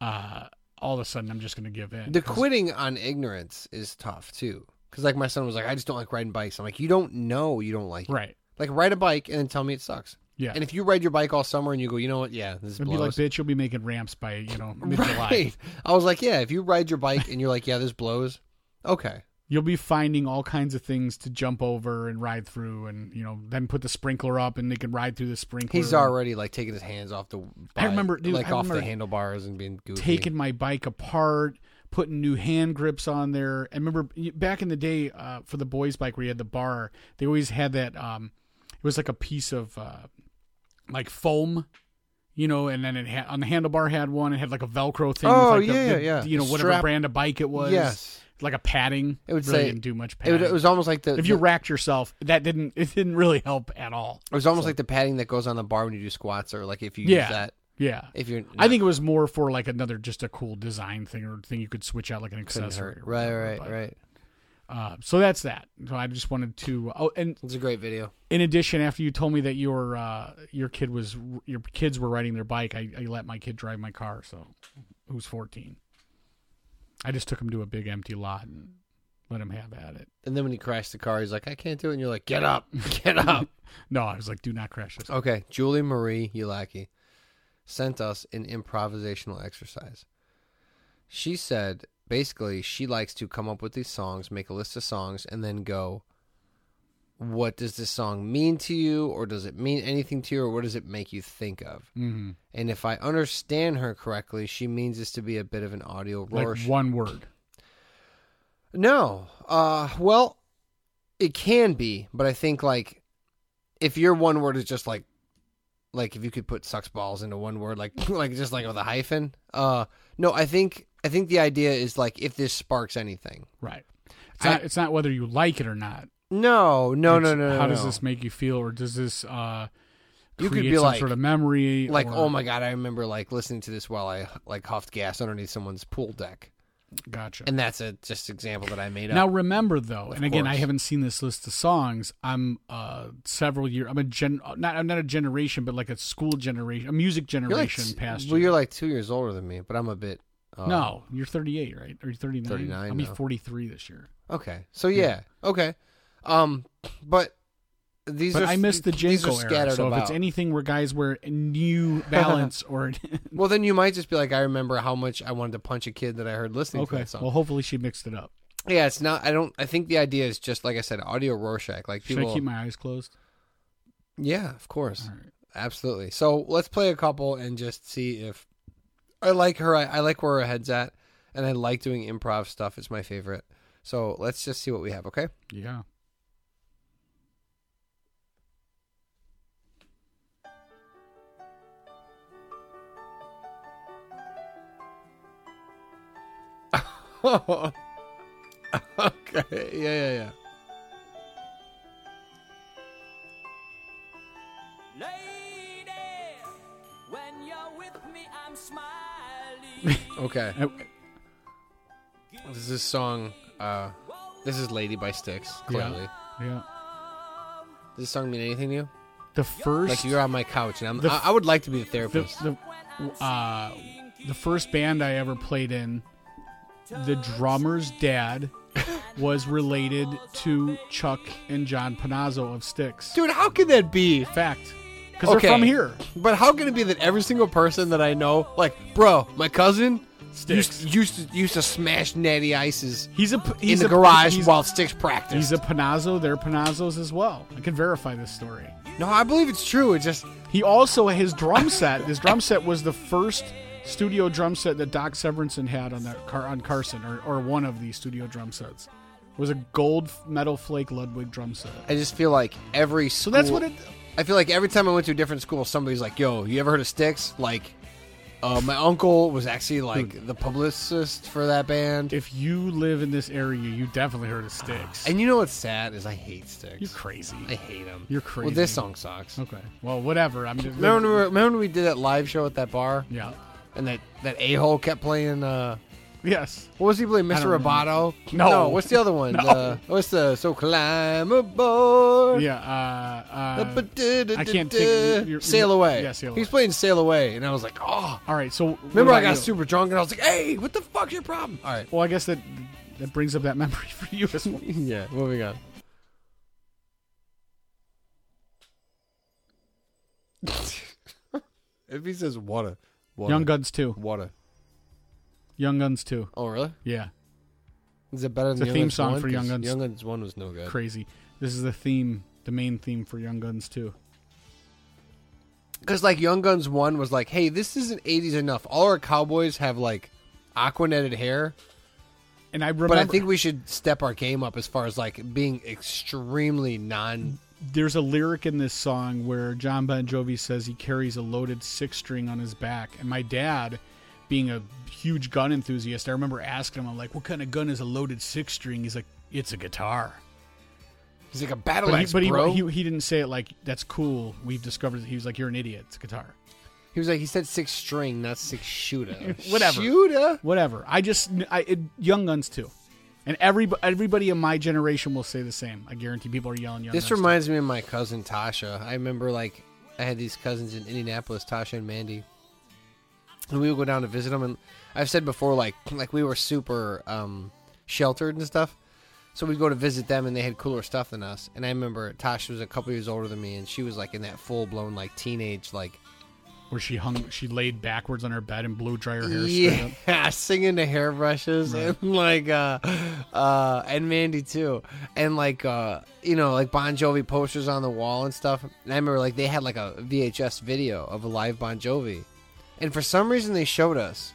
Speaker 2: Uh, all of a sudden I'm just gonna give in.
Speaker 3: the quitting on ignorance is tough too. Because like my son was like, I just don't like riding bikes. I'm like, you don't know, you don't like it.
Speaker 2: right?
Speaker 3: Like ride a bike and then tell me it sucks.
Speaker 2: Yeah.
Speaker 3: And if you ride your bike all summer and you go, you know what? Yeah, this
Speaker 2: It'd
Speaker 3: blows.
Speaker 2: be like, bitch, you'll be making ramps by you know mid July.
Speaker 3: right. I was like, yeah. If you ride your bike and you're like, yeah, this blows. Okay.
Speaker 2: you'll be finding all kinds of things to jump over and ride through and you know then put the sprinkler up and they can ride through the sprinkler
Speaker 3: He's already like taking his hands off the. bike-
Speaker 2: remember- dude,
Speaker 3: like
Speaker 2: I
Speaker 3: off the
Speaker 2: remember
Speaker 3: handlebars and being goofy.
Speaker 2: taking my bike apart putting new hand grips on there i remember back in the day uh, for the boys bike where you had the bar they always had that um it was like a piece of uh like foam you know, and then it had on the handlebar had one. It had like a Velcro thing.
Speaker 3: Oh,
Speaker 2: with like the-
Speaker 3: yeah,
Speaker 2: the-
Speaker 3: yeah.
Speaker 2: You know, whatever
Speaker 3: Strap.
Speaker 2: brand of bike it was.
Speaker 3: Yes.
Speaker 2: like a padding.
Speaker 3: It would
Speaker 2: really
Speaker 3: say-
Speaker 2: didn't do much
Speaker 3: It,
Speaker 2: padding.
Speaker 3: was- it was almost like the.
Speaker 2: if you
Speaker 3: the-
Speaker 2: racked yourself, that didn't it didn't really help at all.
Speaker 3: It was almost like the padding that goes on the bar when you do squats, or like if you use
Speaker 2: Yeah.
Speaker 3: that.
Speaker 2: Yeah.
Speaker 3: If you're,
Speaker 2: I think it was more for like another just a cool design thing or thing you could switch out like an accessory. or
Speaker 3: right,
Speaker 2: whatever,
Speaker 3: right,
Speaker 2: but,
Speaker 3: right.
Speaker 2: Uh, so that's that. So I just wanted to. Oh, and
Speaker 3: It's a great video.
Speaker 2: in addition, after you told me that your uh, your kid was your kids were riding their bike, I, I let my kid drive my car. So who's fourteen? I just took him to a big empty lot and let him have at it.
Speaker 3: And then when he crashed the car, he's like, "I can't do it," and you're like, "Get up, get up."
Speaker 2: No, I was like, do not crash this.
Speaker 3: okay, Julie Marie Yulaki sent us an improvisational exercise. She said basically she likes to come up with these songs, make a list of songs, and then go, "What does this song mean to you, or does it mean anything to you, or what does it make you think of?"
Speaker 2: Mm-hmm.
Speaker 3: And if I understand her correctly, she means this to be a bit of an audio
Speaker 2: Like
Speaker 3: Rorschach.
Speaker 2: one word.
Speaker 3: No. Uh well, it can be, but I think like if your one word is just like like if you could put sucks balls into one word like like just like with a hyphen. Uh no, I think I think the idea is like if this sparks anything.
Speaker 2: Right. It's
Speaker 3: I-
Speaker 2: not, it's not whether you like it or not.
Speaker 3: No, no, no,
Speaker 2: It's
Speaker 3: no. no,
Speaker 2: How does
Speaker 3: no.
Speaker 2: this make you feel, or does this uh,
Speaker 3: You could
Speaker 2: create
Speaker 3: be
Speaker 2: some
Speaker 3: like-
Speaker 2: sort of memory?
Speaker 3: like
Speaker 2: or-
Speaker 3: oh my god, I remember like listening to this while I like huffed gas underneath someone's pool deck.
Speaker 2: gotcha.
Speaker 3: And that's a just example that I made up.
Speaker 2: now remember though, and again, I
Speaker 3: course.
Speaker 2: haven't seen this list of songs. I'm uh several year. I'm a gen. Not I'm not a generation, but like a school generation, a music
Speaker 3: you're like,
Speaker 2: generation past.
Speaker 3: well,
Speaker 2: you.
Speaker 3: you're like 2 years older than me, but I'm a bit uh,
Speaker 2: no, you're 38, right? Are you 39?
Speaker 3: 39
Speaker 2: I'll be
Speaker 3: now.
Speaker 2: 43 this year.
Speaker 3: Okay. So yeah. Okay. Um but these
Speaker 2: But
Speaker 3: are
Speaker 2: I missed the
Speaker 3: these are
Speaker 2: Janko era.
Speaker 3: scattered
Speaker 2: So if it's
Speaker 3: about.
Speaker 2: anything where guys wear New Balance or
Speaker 3: Well then you might just be like I remember how much I wanted to punch a kid that I heard listening to
Speaker 2: okay,
Speaker 3: that song.
Speaker 2: well, hopefully she mixed it up.
Speaker 3: yeah, it's not I don't I think the idea is just like I said audio Rorschach like
Speaker 2: Should
Speaker 3: people
Speaker 2: I keep my eyes closed?
Speaker 3: Yeah, of course.
Speaker 2: All right.
Speaker 3: Absolutely. So let's play a couple and just see if I like her. I, I like where her head's at and I like doing improv stuff. It's my favorite. So let's just see what we have, okay?
Speaker 2: Yeah.
Speaker 3: okay. Yeah, yeah, yeah.
Speaker 1: Lady, when you're with me, I'm smiling.
Speaker 3: Okay.
Speaker 2: Uh,
Speaker 3: This is this song. Uh, this is "Lady" by Styx. Clearly,
Speaker 2: yeah.
Speaker 3: does this song mean anything to you?
Speaker 2: The first
Speaker 3: Like you're on my couch, and I'm.
Speaker 2: The
Speaker 3: I,
Speaker 2: f-
Speaker 3: I would like to be the
Speaker 2: the,
Speaker 3: therapist.
Speaker 2: the uh the first band I ever played in, the drummer's dad was related to Chuck and John Panazzo of Styx.
Speaker 3: Dude, how can that be?
Speaker 2: Fact. Because
Speaker 3: Okay.
Speaker 2: they're from here.
Speaker 3: But how can it be that every single person that I know, like, bro, my cousin,
Speaker 2: Styx.
Speaker 3: used, used to used to smash natty ices
Speaker 2: He's a p- he's
Speaker 3: in
Speaker 2: a-
Speaker 3: the garage
Speaker 2: he's-
Speaker 3: while Styx practiced.
Speaker 2: He's a Panazzo. They're Panazzos as well. I can verify this story.
Speaker 3: No, I believe it's true. It just
Speaker 2: He also his drum set. His drum set was the first studio drum set that Doc Severinsen had on that car on Carson, or, or one of the studio drum sets. It was a gold metal flake Ludwig drum set.
Speaker 3: I just feel like every school.
Speaker 2: that's what it-
Speaker 3: I feel like every time I went to a different school, somebody's like, "Yo, you ever heard of Sticks?" Like, uh, my uncle was actually like the publicist for that band.
Speaker 2: If you live in this area, you definitely heard of Sticks.
Speaker 3: and you know what's sad is I hate Sticks.
Speaker 2: You're crazy.
Speaker 3: I hate them.
Speaker 2: You're
Speaker 3: Well,
Speaker 2: crazy.
Speaker 3: this song sucks.
Speaker 2: Okay. Well, whatever. I'm just
Speaker 3: Remember, when we were- remember when we did that live show at that bar,
Speaker 2: Yeah.
Speaker 3: and that that a hole kept playing. Uh,
Speaker 2: Yes.
Speaker 3: what was he playing?
Speaker 2: don't
Speaker 3: Mr.
Speaker 2: remember.
Speaker 3: Roboto?
Speaker 2: No.
Speaker 3: What's the other one?
Speaker 2: No.
Speaker 3: Uh, what's the so climb aboard?
Speaker 2: Yeah. Uh, uh,
Speaker 3: I
Speaker 2: can't think- you're- you're-
Speaker 3: Sail away.
Speaker 2: Yeah, Sail
Speaker 3: He's
Speaker 2: Away.
Speaker 3: playing Sail Away, and I was like, oh.
Speaker 2: all right. So what
Speaker 3: Remember, I
Speaker 2: about
Speaker 3: got
Speaker 2: you?
Speaker 3: super drunk, and I was like, hey, what the fuck's your problem? All right.
Speaker 2: Well, I guess that that brings up that memory for you as well.
Speaker 3: yeah, moving on. if he says water, water,
Speaker 2: Young Guns too.
Speaker 3: water.
Speaker 2: Young Guns too.
Speaker 3: Oh, really?
Speaker 2: Yeah.
Speaker 3: Is it better than
Speaker 2: a
Speaker 3: Young
Speaker 2: theme
Speaker 3: Guns
Speaker 2: song
Speaker 3: 1?
Speaker 2: for Young
Speaker 3: 'Cause
Speaker 2: Guns.
Speaker 3: Young Guns 1 was no good.
Speaker 2: Crazy. This is the theme, the main theme for Young Guns too.
Speaker 3: Because like Young Guns one was like, hey, this isn't '80s enough. All our cowboys have like aquanetted hair,
Speaker 2: And I remember
Speaker 3: but I think we should step our game up as far as like being extremely non.
Speaker 2: there's a lyric in this song where John Bon Jovi says he carries a loaded six string on his back. And my dad, being a huge gun enthusiast, I remember asking him, I'm like, what kind of gun is a loaded six string? He's like, it's a guitar.
Speaker 3: He's like a battle
Speaker 2: But, he,
Speaker 3: axe,
Speaker 2: but
Speaker 3: bro.
Speaker 2: he, he, he didn't say it like, that's cool. We've discovered that he was like, you're an idiot. It's a guitar.
Speaker 3: He was like, he said six string, not six shooter.
Speaker 2: Whatever.
Speaker 3: shooter.
Speaker 2: Whatever. I just, I, it, Young Guns too. And every, everybody in my generation will say the same. I guarantee people are yelling Young
Speaker 3: This
Speaker 2: Guns.
Speaker 3: reminds me of my cousin Tasha. I remember like I had these cousins in Indianapolis, Tasha and Mandy, and we would go down to visit them. And I've said before, like like we were super um, sheltered and stuff. So we'd go to visit them, and they had cooler stuff than us. And I remember Tasha was a couple years older than me, and she was like in that full blown like teenage like
Speaker 2: where she hung, she laid backwards on her bed and blew dry her hair straight up.
Speaker 3: yeah, singing to hairbrushes and like uh uh and Mandy too. And like uh you know, like Bon Jovi posters on the wall and stuff. And I remember like they had like a VHS video of a live Bon Jovi. And for some reason they showed us.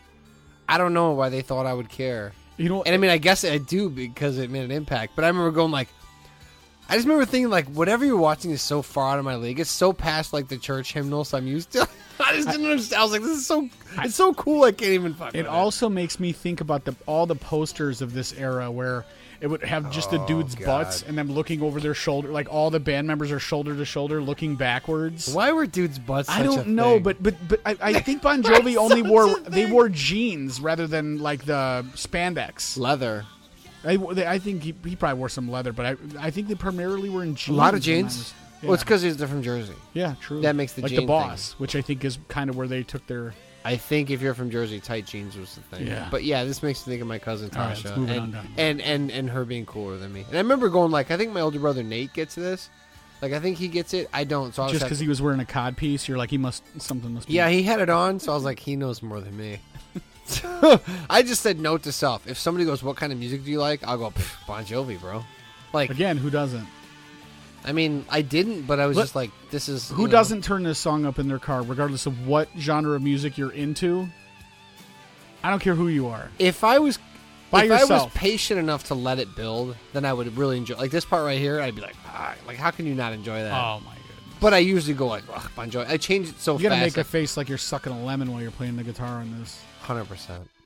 Speaker 3: I don't know why they thought I would care.
Speaker 2: You know,
Speaker 3: And I mean, I guess I do because it made an impact. But I remember going like, I just remember thinking like, whatever you're watching is so far out of my league. It's so past like the church hymnals I'm used to. I just didn't understand. I was like, this is so, it's so cool. I can't even fuck.
Speaker 2: It
Speaker 3: with
Speaker 2: also makes me think about the all the posters of this era where it would have just the dudes' butts and them looking over their shoulder, like all the band members are shoulder to shoulder looking backwards.
Speaker 3: Why were dudes' butts?
Speaker 2: I
Speaker 3: such a
Speaker 2: don't know,
Speaker 3: thing?
Speaker 2: but but but I, I think Bon Jovi only
Speaker 3: Such
Speaker 2: wore
Speaker 3: a
Speaker 2: they
Speaker 3: thing.
Speaker 2: wore jeans rather than like the spandex.
Speaker 3: leather.
Speaker 2: I, they- I think he, he probably wore some leather, but I I think they primarily were in jeans.
Speaker 3: A lot
Speaker 2: when
Speaker 3: of
Speaker 2: I
Speaker 3: jeans.
Speaker 2: was-
Speaker 3: Well, it's because he's from Jersey.
Speaker 2: yeah, true.
Speaker 3: that makes the
Speaker 2: like
Speaker 3: jean
Speaker 2: the
Speaker 3: thing.
Speaker 2: boss, which I think is kind of where they took their.
Speaker 3: I think if you're from Jersey, tight jeans was the thing.
Speaker 2: Yeah.
Speaker 3: But yeah, this makes me think of my cousin
Speaker 2: All right, let's
Speaker 3: Tasha
Speaker 2: move it on
Speaker 3: and,
Speaker 2: down.
Speaker 3: and and and her being cooler than me. And I remember going like, I think my older brother Nate gets this. Like I think he gets it. I don't. So I was
Speaker 2: Just because he was wearing a cod piece, you're like Oh, he must something must. Be
Speaker 3: Yeah, he had it on, so I was like, he knows more than me. I just said note to self. If somebody goes, "What kind of music do you like?" I'll go, "Pff, "Bon Jovi, bro." Like,
Speaker 2: again, who doesn't?
Speaker 3: I mean, I didn't, but I was
Speaker 2: Look-
Speaker 3: just like, "This is
Speaker 2: Who
Speaker 3: you know,
Speaker 2: doesn't turn this song up in their car, regardless of what genre of music you're into? I don't care who you are.
Speaker 3: If I was,
Speaker 2: By
Speaker 3: if I was
Speaker 2: yourself.
Speaker 3: patient enough to let it build, then I would really enjoy. Like this part right here, I'd be like, ah, like how can you not enjoy that?
Speaker 2: Oh my god!
Speaker 3: But I usually go like, Ugh, Bon Jovi. I change it so
Speaker 2: You gotta
Speaker 3: fast,
Speaker 2: make a face like you're sucking a lemon while you're playing the guitar on this.
Speaker 3: hundred percent.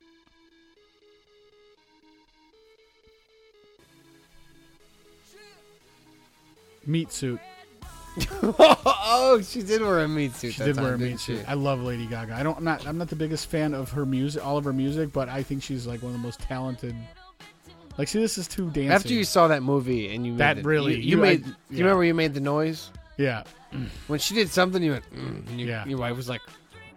Speaker 2: Meat suit.
Speaker 3: Oh, she did wear a meat suit.
Speaker 2: She
Speaker 3: that
Speaker 2: did
Speaker 3: time,
Speaker 2: wear a
Speaker 3: didn't
Speaker 2: meat
Speaker 3: she?
Speaker 2: suit. I love Lady Gaga. I don't. I'm not. I'm not the biggest fan of her music, all of her music, but I think she's like one of the most talented. Like, see, this is too dancing.
Speaker 3: After you saw that movie and you made
Speaker 2: That
Speaker 3: the-
Speaker 2: really-
Speaker 3: you, you
Speaker 2: you- I-
Speaker 3: made
Speaker 2: yeah.
Speaker 3: you remember you made the noise
Speaker 2: yeah,
Speaker 3: when she did something you went mm, and you,
Speaker 2: Yeah.
Speaker 3: your wife was like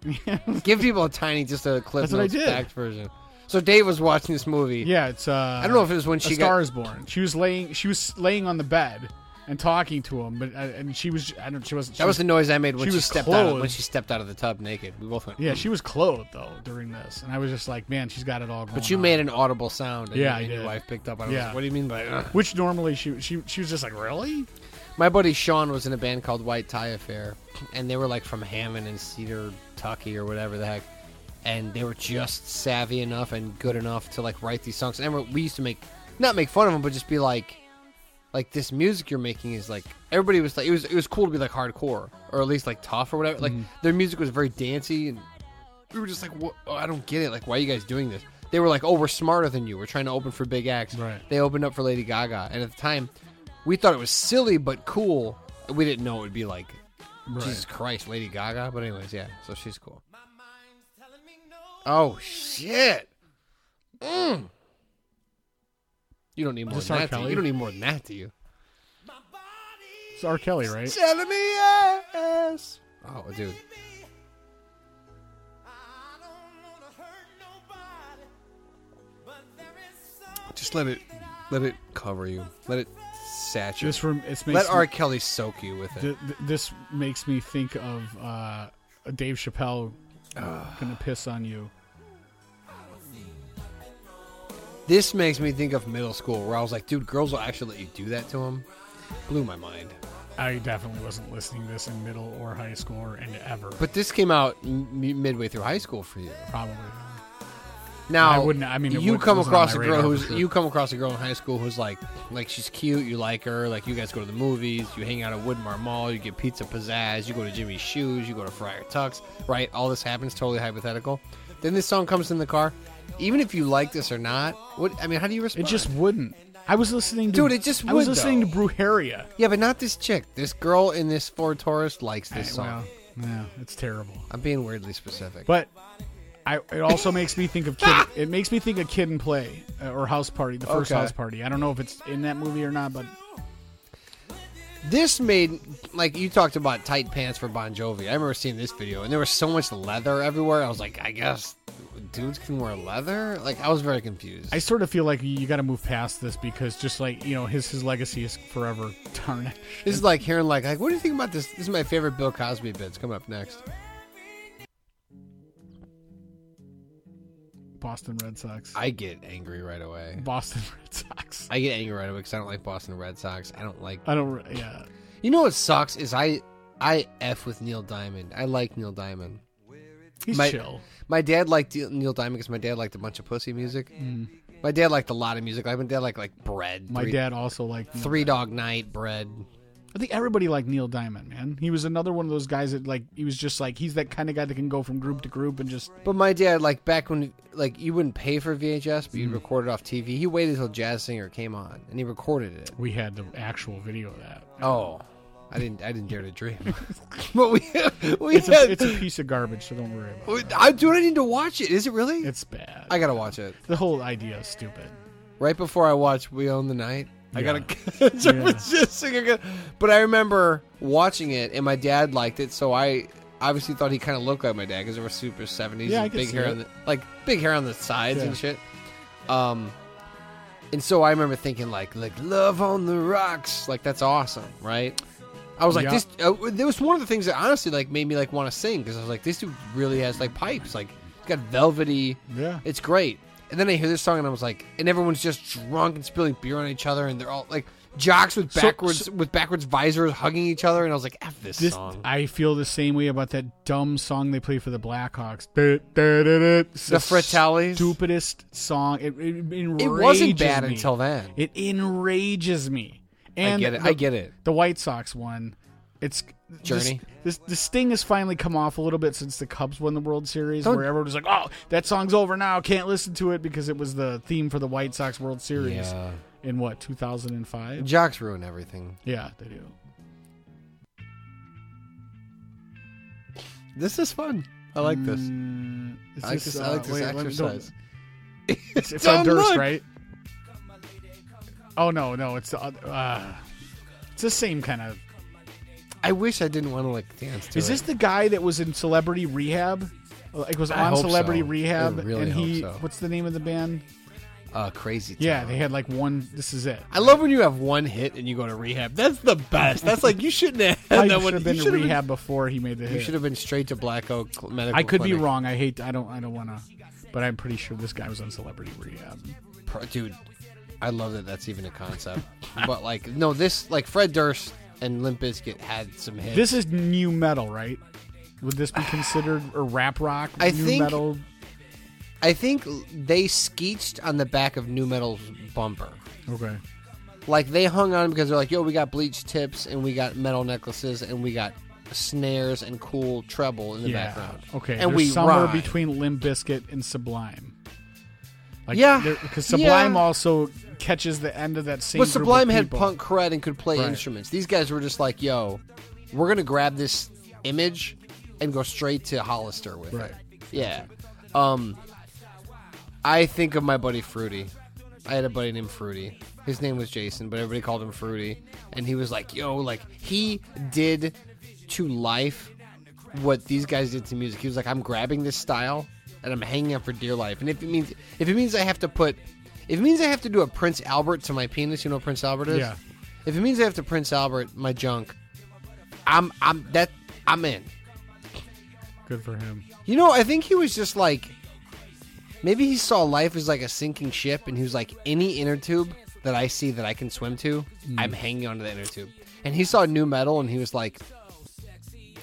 Speaker 3: give people a tiny just a clip
Speaker 2: That's what I did.
Speaker 3: back version so Dave was watching this movie
Speaker 2: yeah, it's. uh
Speaker 3: I don't know if it was when
Speaker 2: a
Speaker 3: she
Speaker 2: Star
Speaker 3: got
Speaker 2: is Born. She was laying. She was laying on the bed and talking to him, but uh, and she was. I don't. She wasn't. she
Speaker 3: that was the noise I made when
Speaker 2: she
Speaker 3: she,
Speaker 2: was
Speaker 3: stepped out of, when
Speaker 2: clothed.
Speaker 3: she stepped out of the tub naked we both went
Speaker 2: Yeah,
Speaker 3: "Mm."
Speaker 2: she was clothed though during this, and I was just like, man, she's got it all. Going
Speaker 3: but you
Speaker 2: on.
Speaker 3: made an audible sound and,
Speaker 2: Yeah, I
Speaker 3: and your
Speaker 2: did.
Speaker 3: wife picked up on it I was
Speaker 2: Yeah.
Speaker 3: like, what do you mean by "Ugh?"
Speaker 2: which normally she she she was just like really.
Speaker 3: My buddy Sean was in a band called White Tie Affair, and they were like from Hammond and Cedar, Tucky, or whatever the heck. And they were just savvy enough and good enough to like write these songs. And we- we used to make, not make fun of them, but just be like, like this music you're making is like everybody was like it was it was cool to be like hardcore or at least like tough or whatever. Like
Speaker 2: Mm-hmm.
Speaker 3: their music was very dancey and we were just like, what? Oh, I don't get it. Like, why are you guys doing this? They were like, oh, we're smarter than you. We're trying to open for big acts.
Speaker 2: Right.
Speaker 3: They opened up for Lady Gaga, and at the time, we thought it was silly but cool. We didn't know it would be like, Jesus Christ, Lady Gaga. But anyways, yeah. So she's cool. Oh shit. Mm. You don't need more
Speaker 2: Is this
Speaker 3: than
Speaker 2: R.
Speaker 3: that. do you?
Speaker 2: Kelly?
Speaker 3: You don't need more than that, do you?
Speaker 2: It's R. Kelly, right?
Speaker 3: Telling me yes. Oh, dude. Just let it, let it cover you. Let it saturate.
Speaker 2: This room. It's makes
Speaker 3: let R.
Speaker 2: me-
Speaker 3: Kelly soak you with it.
Speaker 2: th- th- this makes me think of uh, Dave Chappelle.
Speaker 3: Ah.
Speaker 2: Gonna piss on you.
Speaker 3: This makes me think of middle school, where I was like, dude, girls will actually let you do that to them. Blew my mind.
Speaker 2: I definitely wasn't listening to this in middle or high school or and ever.
Speaker 3: But this came out m- m- midway through high school for you.
Speaker 2: probably.
Speaker 3: Now,
Speaker 2: I wouldn't- I mean, it
Speaker 3: you
Speaker 2: would-
Speaker 3: come
Speaker 2: wasn't on
Speaker 3: across a
Speaker 2: my
Speaker 3: girl
Speaker 2: radar for
Speaker 3: who's
Speaker 2: sure.
Speaker 3: you come across a girl in high school who's like, like she's cute, you like her, like you guys go to the movies, you hang out at Woodmar Mall, you get pizza pizzazz, you go to Jimmy's Shoes, you go to Friar Tuck's, right? All this happens, totally hypothetical. Then this song comes in the car. Even if you like this or not, what I mean, how do you
Speaker 2: It
Speaker 3: respond?
Speaker 2: just wouldn't. I was listening to
Speaker 3: Dude, it just
Speaker 2: I was
Speaker 3: would,
Speaker 2: listening
Speaker 3: though.
Speaker 2: to Brujeria.
Speaker 3: yeah, but not this chick. This girl in this Ford Taurus likes this song.
Speaker 2: Wow. Yeah, it's terrible.
Speaker 3: I'm being weirdly specific.
Speaker 2: But I it also makes me think of kid. It makes me think of Kid and Play uh, or House Party, the first
Speaker 3: Okay.
Speaker 2: House Party. I don't know if it's in that movie or not, but
Speaker 3: this made like you talked about tight pants for Bon Jovi. I remember seeing this video, and there was so much leather everywhere. I was like, I guess dudes can wear leather. Like I was very confused.
Speaker 2: I sort of feel like you got to move past this because just like you know his his legacy is forever tarnished.
Speaker 3: this is like hearing like like what do you think about this? This is my favorite Bill Cosby bits. Come up next.
Speaker 2: Boston Red Sox.
Speaker 3: I get angry right away.
Speaker 2: Boston Red Sox.
Speaker 3: I get angry right away because I don't like Boston Red Sox. I don't like.
Speaker 2: I don't. re- Yeah.
Speaker 3: You know what sucks is I I f with Neil Diamond. I like Neil Diamond.
Speaker 2: He's
Speaker 3: My-
Speaker 2: chill.
Speaker 3: My dad liked Neil- Neil Diamond because my dad liked a bunch of pussy music. My dad liked a lot of music. Like my dad liked like bread.
Speaker 2: Mm. My
Speaker 3: three,
Speaker 2: dad also liked Neil
Speaker 3: Three
Speaker 2: Diamond.
Speaker 3: Dog Night, bread.
Speaker 2: I think everybody liked Neil Diamond, man. He was another one of those guys that like he was just like he's that kind of guy that can go from group to group and just
Speaker 3: But my dad, like back when, like you wouldn't pay for VHS, but you'd record it off TV. He waited till Jazz Singer came on, and he recorded it.
Speaker 2: we had the actual video of that.
Speaker 3: Oh, I didn't, I didn't dare to dream. but we, we
Speaker 2: It's
Speaker 3: had.
Speaker 2: a, it's a piece of garbage, so don't worry about it.
Speaker 3: we- I do. I need to watch it. Is it really?
Speaker 2: It's bad.
Speaker 3: I gotta watch it
Speaker 2: the whole idea is stupid.
Speaker 3: right before I watch We Own the Night. I
Speaker 2: Yeah.
Speaker 3: gotta catch up with Jazz Singer. again. But I remember watching it, and my dad liked it, so I obviously thought he kind of looked like my dad because there was super seventies
Speaker 2: Yeah, I
Speaker 3: and
Speaker 2: can
Speaker 3: big
Speaker 2: see
Speaker 3: hair
Speaker 2: it.
Speaker 3: on the like big hair on the sides and
Speaker 2: Yeah.
Speaker 3: shit. Um, and so I remember thinking like like Love on the Rocks, like that's awesome, right? I was like
Speaker 2: Yeah.
Speaker 3: this. Uh, there was one of the things that honestly like made me like want to sing because I was like this dude really has like pipes, like he's got velvety.
Speaker 2: Yeah.
Speaker 3: It's great. And then I hear this song and I was like, and everyone's just drunk and spilling beer on each other, and they're all like jocks with
Speaker 2: So-
Speaker 3: backwards with backwards visors hugging each other, and I was like, "F this,
Speaker 2: This
Speaker 3: song."
Speaker 2: I feel the same way about that dumb song they play for the Blackhawks. Da- da- da- da. It's
Speaker 3: The Fratellis?
Speaker 2: stupidest song. It, it enrages
Speaker 3: it wasn't bad
Speaker 2: me.
Speaker 3: until then.
Speaker 2: It enrages me.
Speaker 3: I
Speaker 2: And
Speaker 3: get it.
Speaker 2: the-
Speaker 3: I get it.
Speaker 2: the White Sox one. It's this-
Speaker 3: Journey.
Speaker 2: This, this sting has finally come off a little bit since the Cubs won the World Series,
Speaker 3: Don't-
Speaker 2: where everyone was like, "Oh, that song's over now. Can't listen to it because it was the theme for the White Sox World Series
Speaker 3: Yeah.
Speaker 2: in what 2005."
Speaker 3: Jocks ruin everything.
Speaker 2: Yeah, they do.
Speaker 3: This is fun. I like this.
Speaker 2: Mm, is
Speaker 3: I like this. I
Speaker 2: uh,
Speaker 3: like this
Speaker 2: wait, let me- don't-
Speaker 3: exercise.
Speaker 2: It's, it's on
Speaker 3: Dumb
Speaker 2: Durst,
Speaker 3: luck.
Speaker 2: right? Oh no, no, it's the other- uh, it's the same kind of.
Speaker 3: I wish I didn't want to like dance to
Speaker 2: Is
Speaker 3: it.
Speaker 2: this the guy that was in Celebrity Rehab? Like was
Speaker 3: I
Speaker 2: on
Speaker 3: hope
Speaker 2: Celebrity
Speaker 3: so. I
Speaker 2: Rehab,
Speaker 3: really
Speaker 2: and he
Speaker 3: hope so.
Speaker 2: what's the name of the band?
Speaker 3: uh, crazy?
Speaker 2: Yeah,
Speaker 3: Town.
Speaker 2: they had like one. This is it.
Speaker 3: I love when you have one hit and you go to rehab. That's the best. That's like you shouldn't have had
Speaker 2: I
Speaker 3: that
Speaker 2: should
Speaker 3: one.
Speaker 2: have been
Speaker 3: you
Speaker 2: in
Speaker 3: should've
Speaker 2: rehab before he made the
Speaker 3: you should
Speaker 2: hit.
Speaker 3: have been straight to Black Oak Cl- Medical.
Speaker 2: I could be
Speaker 3: Clinic.
Speaker 2: wrong. I hate. I don't. I don't want to. But I'm pretty sure this guy was on Celebrity Rehab.
Speaker 3: Pro- dude i love that that's even a concept but like no this like fred durst and Limp Bizkit had some hits.
Speaker 2: This is new metal, right? Would this be considered a rap rock?
Speaker 3: I
Speaker 2: new
Speaker 3: think-
Speaker 2: metal.
Speaker 3: I think they skeeched on the back of New Metal's bumper.
Speaker 2: Okay.
Speaker 3: Like they hung on because they're like, "Yo, we got bleached tips and we got metal necklaces and we got snares and cool treble in the
Speaker 2: yeah.
Speaker 3: background."
Speaker 2: Okay.
Speaker 3: and
Speaker 2: they're
Speaker 3: we
Speaker 2: somewhere
Speaker 3: rhyme.
Speaker 2: between Limp Bizkit and Sublime. Like,
Speaker 3: Yeah,
Speaker 2: because Sublime
Speaker 3: yeah.
Speaker 2: also catches the end of that same.
Speaker 3: But
Speaker 2: group of
Speaker 3: Sublime had
Speaker 2: people.
Speaker 3: punk cred and could play
Speaker 2: Right.
Speaker 3: instruments. These guys were just like, "Yo, we're gonna grab this image and go straight to Hollister with
Speaker 2: Right.
Speaker 3: it." Yeah. Um, I think of my buddy Fruity. I had a buddy named Fruity. His name was Jason, but everybody called him Fruity. And he was like, "Yo, like he did to life what these guys did to music." He was like, "I'm grabbing this style and I'm hanging up for dear life." And if it means if it means I have to put if it means I have to do a Prince Albert to my penis, you know what Prince Albert is?
Speaker 2: Yeah.
Speaker 3: If it means I have to Prince Albert my junk, I'm I'm that I'm in.
Speaker 2: Good for him.
Speaker 3: You know, I think he was just like, maybe he saw life as like a sinking ship, and he was like, any inner tube that I see that I can swim to,
Speaker 2: Hmm.
Speaker 3: I'm hanging onto the inner tube. And he saw new metal, and he was like,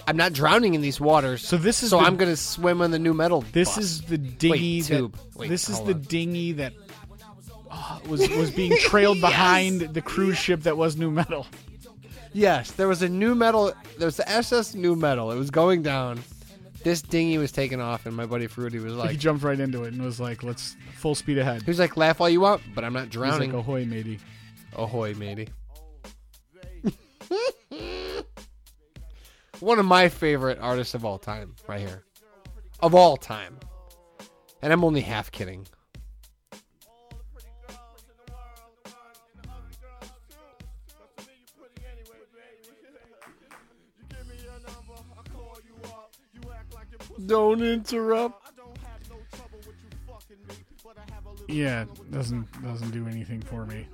Speaker 3: I'm not drowning in these waters,
Speaker 2: So this is
Speaker 3: so
Speaker 2: the-
Speaker 3: I'm gonna swim on the new metal.
Speaker 2: This
Speaker 3: bus."
Speaker 2: is the dinghy
Speaker 3: Wait,
Speaker 2: that.
Speaker 3: tube. Wait,
Speaker 2: this is
Speaker 3: hold
Speaker 2: the
Speaker 3: on.
Speaker 2: dinghy that oh, was was being trailed
Speaker 3: Yes.
Speaker 2: behind the cruise ship that was new metal.
Speaker 3: yes. There was a new metal. There was the SS new metal. It was going down. This dinghy was taking off, and my buddy Fruity was
Speaker 2: he
Speaker 3: like, he
Speaker 2: jumped right into it and was like, "Let's full speed ahead." He's
Speaker 3: was like, laugh all you want, but I'm not
Speaker 2: like,
Speaker 3: drowning.
Speaker 2: "Ahoy, matey!"
Speaker 3: Ahoy, matey. One of my favorite artists of all time, right here. Of all time. And I'm only half kidding. Don't interrupt.
Speaker 2: Yeah, doesn't doesn't do anything for me.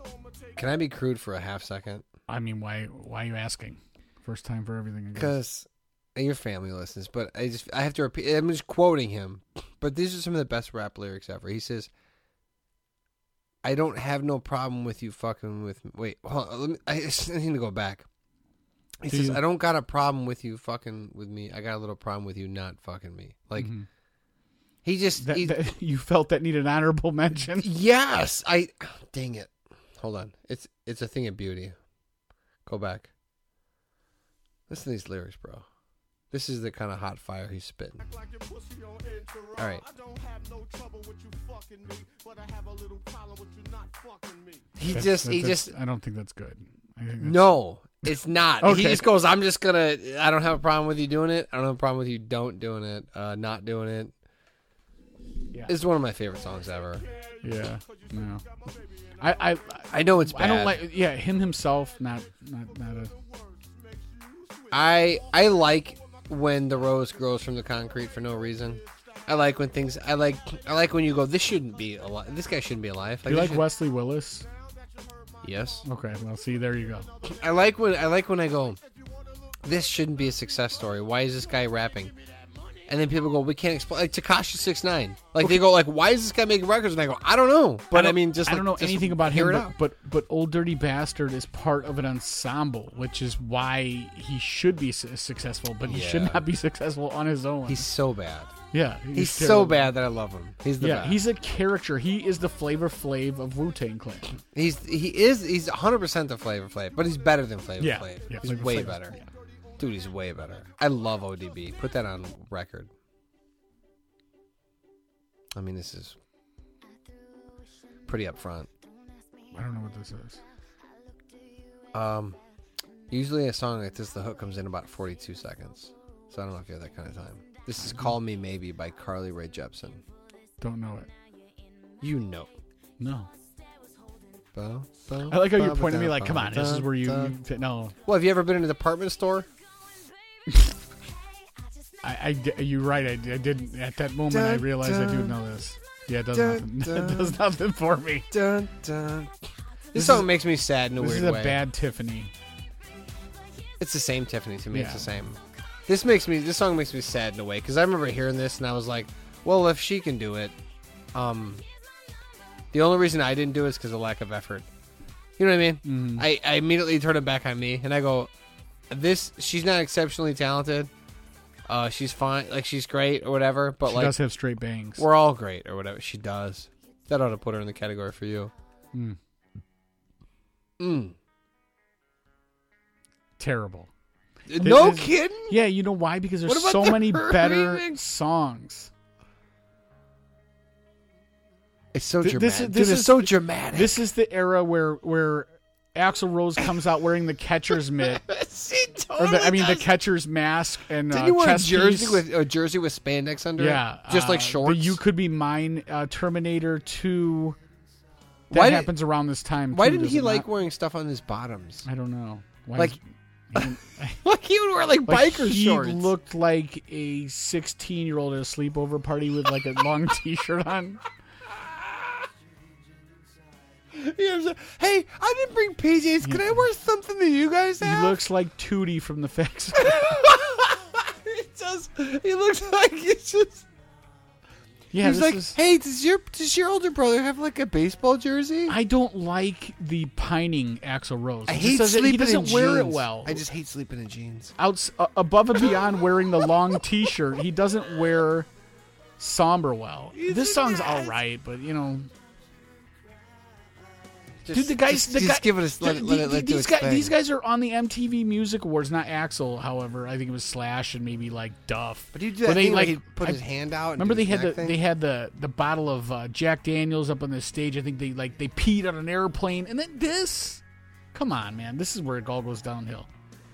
Speaker 3: Can I be crude for a half second?
Speaker 2: I mean, why why are you asking? First time for everything. I guess.
Speaker 3: because your family listens, but I just I have to repeat. I'm just quoting him, but these are some of the best rap lyrics ever. He says, "I don't have no problem with you fucking with me." Wait, hold on, let me. I, just need to go back. He
Speaker 2: Do
Speaker 3: says,
Speaker 2: you-
Speaker 3: "I don't got a problem with you fucking with me. I got a little problem with you not fucking me." Like he just
Speaker 2: Mm-hmm. That-
Speaker 3: he-
Speaker 2: that- you felt that needed honorable mention.
Speaker 3: Yes, I. Dang it! Hold on, it's it's a thing of beauty. Go back. Listen to these lyrics, bro. This is the kind of hot fire he's spitting.
Speaker 4: Like your pussy on interrupt.
Speaker 3: All right.
Speaker 4: I don't have no trouble with you fucking me, but I have a little problem with you not fucking me.
Speaker 3: He
Speaker 2: That's-
Speaker 3: just he
Speaker 2: that's-
Speaker 3: just
Speaker 2: I don't think that's good. I think that's,
Speaker 3: no, it's not.
Speaker 2: Okay.
Speaker 3: He just goes, I'm just gonna. I don't have a problem with you doing it. I don't have a problem with you don't doing it. Uh, not doing it.
Speaker 2: Yeah.
Speaker 3: It's one of my favorite songs ever.
Speaker 2: Yeah. No. I I
Speaker 3: I know it's. Bad.
Speaker 2: I don't like. Yeah, him himself. Not not not a.
Speaker 3: I I like when the rose grows from the concrete for no reason. I like when things. I like. I like when you go. This shouldn't be alive. This guy shouldn't be alive.
Speaker 2: You
Speaker 3: this
Speaker 2: like
Speaker 3: should-"
Speaker 2: Wesley Willis?
Speaker 3: Yes.
Speaker 2: Okay, well, see, there you go.
Speaker 3: I like when. I like when I go. This shouldn't be a success story. Why is this guy rapping? And then people go, we can't explain. Like Takashi Six Nine. Like they go, like why is this guy making records? And I go, I don't know. But I,
Speaker 2: don't-
Speaker 3: mean, just
Speaker 2: I don't know
Speaker 3: like, just
Speaker 2: anything about
Speaker 3: hear
Speaker 2: him,
Speaker 3: it
Speaker 2: but,
Speaker 3: out.
Speaker 2: but but Old Dirty Bastard is part of an ensemble, which is why he should be su- successful, but he should
Speaker 3: Yeah.
Speaker 2: not be successful on his own.
Speaker 3: he's so bad.
Speaker 2: yeah,
Speaker 3: He's so
Speaker 2: terrible.
Speaker 3: bad that I love him. He's the
Speaker 2: Yeah,
Speaker 3: best.
Speaker 2: he's a character. He is the Flavor Flav of Wu Tang Clan.
Speaker 3: He's he is he's 100 percent the Flavor Flav, but he's better than Flavor
Speaker 2: Yeah,
Speaker 3: Flav.
Speaker 2: yeah,
Speaker 3: he's
Speaker 2: Flavor
Speaker 3: way
Speaker 2: Flav is-
Speaker 3: better,
Speaker 2: yeah.
Speaker 3: dude. He's way better. I love ODB. Put that on record. I mean, this is pretty upfront.
Speaker 2: I don't know what this is.
Speaker 3: Um, usually a song like this, the hook comes in about 42 seconds, so I don't know if you have that kind of time. This is "Call Me Maybe" by Carly Rae Jepsen.
Speaker 2: Don't know it.
Speaker 3: You know.
Speaker 2: No.
Speaker 3: Ba-
Speaker 2: I like how you're pointing at me like, come on, this is where you. you fit- no,
Speaker 3: Well, have you ever been in a department store?
Speaker 2: I, I di- you're right. I, di- I didn't. At that moment, I
Speaker 3: Dun,
Speaker 2: realized I do
Speaker 3: dun.
Speaker 2: know this. Yeah, it does
Speaker 3: Dun,
Speaker 2: nothing. it
Speaker 3: dun.
Speaker 2: does nothing for me.
Speaker 3: Dun, dun. This, song makes me sad in a
Speaker 2: This
Speaker 3: weird
Speaker 2: is a
Speaker 3: way.
Speaker 2: bad Tiffany.
Speaker 3: It's the same Tiffany to me.
Speaker 2: Yeah.
Speaker 3: It's the same. This makes me. This song makes me sad in a way because I remember hearing this and I was like, "Well, if she can do it, um, the only reason I
Speaker 2: Mm-hmm.
Speaker 3: didn't do it is because of lack of effort." You know what I mean? I, I immediately turn it back on me and I go, this she's not exceptionally talented. Uh, she's fine, like she's great or whatever. But
Speaker 2: She
Speaker 3: like
Speaker 2: does have straight bangs.
Speaker 3: we're all great or whatever. She does. That ought to put her in the category for you. Mm.
Speaker 2: Terrible.
Speaker 3: No
Speaker 2: is-
Speaker 3: kidding.
Speaker 2: Yeah, you know why? Because
Speaker 3: What
Speaker 2: there's
Speaker 3: about
Speaker 2: so
Speaker 3: the
Speaker 2: many better
Speaker 3: remix?
Speaker 2: songs.
Speaker 3: It's so
Speaker 2: Th-
Speaker 3: dramatic.
Speaker 2: this is-
Speaker 3: Dude,
Speaker 2: this
Speaker 3: it's
Speaker 2: is-
Speaker 3: so dramatic.
Speaker 2: This is the era where where Axl Rose comes out wearing the catcher's mitt,
Speaker 3: she
Speaker 2: or
Speaker 3: totally
Speaker 2: the, I mean the
Speaker 3: does.
Speaker 2: catcher's mask and
Speaker 3: Didn't
Speaker 2: uh,
Speaker 3: you wear a
Speaker 2: chest
Speaker 3: jersey
Speaker 2: piece.
Speaker 3: with a jersey with spandex under
Speaker 2: yeah,
Speaker 3: it? just like
Speaker 2: uh, the
Speaker 3: shorts.
Speaker 2: you could be mine. Uh, Terminator Two. That
Speaker 3: Why did-
Speaker 2: happens around this time.
Speaker 3: Why
Speaker 2: too,
Speaker 3: didn't
Speaker 2: does
Speaker 3: he
Speaker 2: it
Speaker 3: like
Speaker 2: not?
Speaker 3: wearing stuff on his bottoms?
Speaker 2: I don't know. Why
Speaker 3: Like-
Speaker 2: does-
Speaker 3: like he would wear like,
Speaker 2: like,
Speaker 3: biker
Speaker 2: he
Speaker 3: shorts.
Speaker 2: looked like a 16 year old at a sleepover party with like a long t shirt on.
Speaker 3: He was like, hey, I didn't bring PJs. Can I wear something that you guys
Speaker 2: He
Speaker 3: have?
Speaker 2: looks like Tootie from the Facts.
Speaker 3: he does. He looks like he's just.
Speaker 2: Yeah,
Speaker 3: he's
Speaker 2: this
Speaker 3: like,
Speaker 2: is-
Speaker 3: hey, does your does your older brother have like a baseball jersey?
Speaker 2: I don't like the pining Axl Rose.
Speaker 3: I
Speaker 2: He
Speaker 3: hate
Speaker 2: doesn't,
Speaker 3: sleeping
Speaker 2: He doesn't
Speaker 3: in
Speaker 2: wear
Speaker 3: jeans.
Speaker 2: it well.
Speaker 3: I just hate sleeping in jeans.
Speaker 2: Outs, uh, above and beyond wearing the long T-shirt, he doesn't wear somber well. this song's all right, but you know,
Speaker 3: Just,
Speaker 2: dude, the guys,
Speaker 3: just,
Speaker 2: the
Speaker 3: just
Speaker 2: guy-
Speaker 3: give it a let, it-
Speaker 2: the-
Speaker 3: let,
Speaker 2: the-
Speaker 3: it- let it do
Speaker 2: these,
Speaker 3: its
Speaker 2: guy-
Speaker 3: thing.
Speaker 2: these guys are on the MTV Music Awards, not Axl. However, I think it was Slash and maybe like Duff.
Speaker 3: But he did
Speaker 2: Where
Speaker 3: that
Speaker 2: they
Speaker 3: thing where
Speaker 2: like
Speaker 3: he'd put
Speaker 2: I-
Speaker 3: his hand out. And
Speaker 2: Remember
Speaker 3: do
Speaker 2: they
Speaker 3: his
Speaker 2: had the
Speaker 3: neck thing?
Speaker 2: they had the the bottle of uh, Jack Daniels up on the stage. I think they like they peed on an airplane, and then this. Come on, man! This is where it all goes downhill.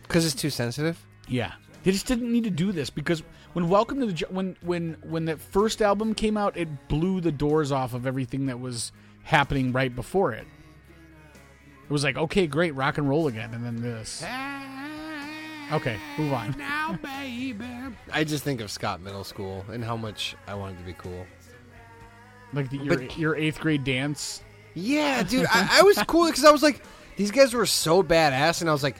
Speaker 3: because it's too sensitive.
Speaker 2: Yeah, they just didn't need to do this because when Welcome to the Ju- when when when that first album came out, it blew the doors off of everything that was happening right before it. It was like, okay, great, rock and roll again, and then this. Okay, move on.
Speaker 3: Now, baby. I just think of Scott Middle School and how much I wanted to be cool.
Speaker 2: Like the, your
Speaker 3: But-
Speaker 2: your eighth grade dance.
Speaker 3: Yeah, dude, I, I was cool because I was like, these guys were so badass, and I was like,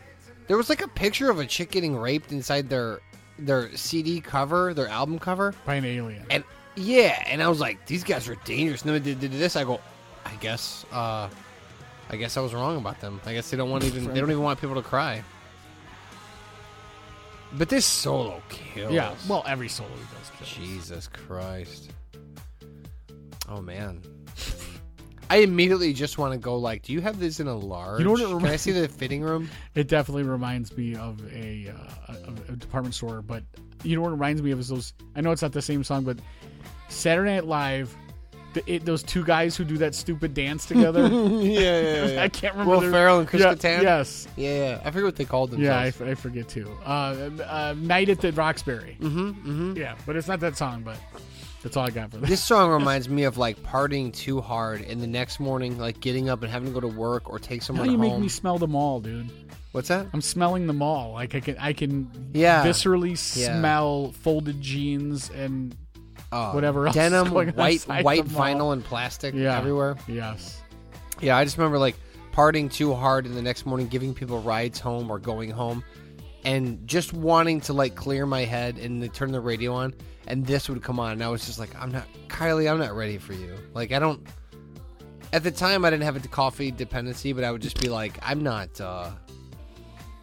Speaker 3: there was like a picture of a chick getting raped inside their their CD cover, their album cover,
Speaker 2: by an alien.
Speaker 3: and yeah, and I was like, these guys were dangerous. And then they did, did this. I go, I guess, uh, I guess I was wrong about them. I guess they don't want even they don't even want people to cry. But this solo kills.
Speaker 2: Yeah, well, every solo he does kills.
Speaker 3: Jesus Christ. Oh man. I immediately just want to go like, do you have this in a large?
Speaker 2: You know what it
Speaker 3: Can I
Speaker 2: reminds-
Speaker 3: see the fitting room?
Speaker 2: It definitely reminds me of a, uh, of a department store, but you know what it reminds me of is those. I know it's not the same song, but Saturday Night Live, the, it, those two guys who do that stupid dance together.
Speaker 3: yeah, yeah,
Speaker 2: I can't remember.
Speaker 3: Will
Speaker 2: their-
Speaker 3: Ferrell and Chris
Speaker 2: yeah,
Speaker 3: Kattan?
Speaker 2: Yes.
Speaker 3: Yeah, yeah. I forget what they called
Speaker 2: Yeah, I,
Speaker 3: themselves.
Speaker 2: f- I forget too. Uh, uh, Night at the Roxbury.
Speaker 3: Yeah. mm-hmm, mm-hmm.
Speaker 2: Yeah, but it's not that song, but that's all I got for this.
Speaker 3: This song reminds me of like partying too hard and the next morning like getting up and having to go to work or take
Speaker 2: Now
Speaker 3: someone
Speaker 2: you
Speaker 3: home.
Speaker 2: make me smell them all, dude.
Speaker 3: What's that?
Speaker 2: I'm smelling them all. Like I can, I can
Speaker 3: Yeah.
Speaker 2: viscerally
Speaker 3: Yeah.
Speaker 2: smell folded jeans and
Speaker 3: Uh,
Speaker 2: whatever else is
Speaker 3: Denim,
Speaker 2: going on
Speaker 3: white,
Speaker 2: inside
Speaker 3: white
Speaker 2: the mall.
Speaker 3: vinyl and plastic
Speaker 2: yeah,
Speaker 3: everywhere.
Speaker 2: Yes,
Speaker 3: Yeah, I just remember like partying too hard and the next morning giving people rides home or going home and just wanting to like clear my head and to turn the radio on and this would come on and I was just like, I'm not Kylie, I'm not ready for you. Like I don't at the time I didn't have a coffee dependency, but I would just be like, I'm not uh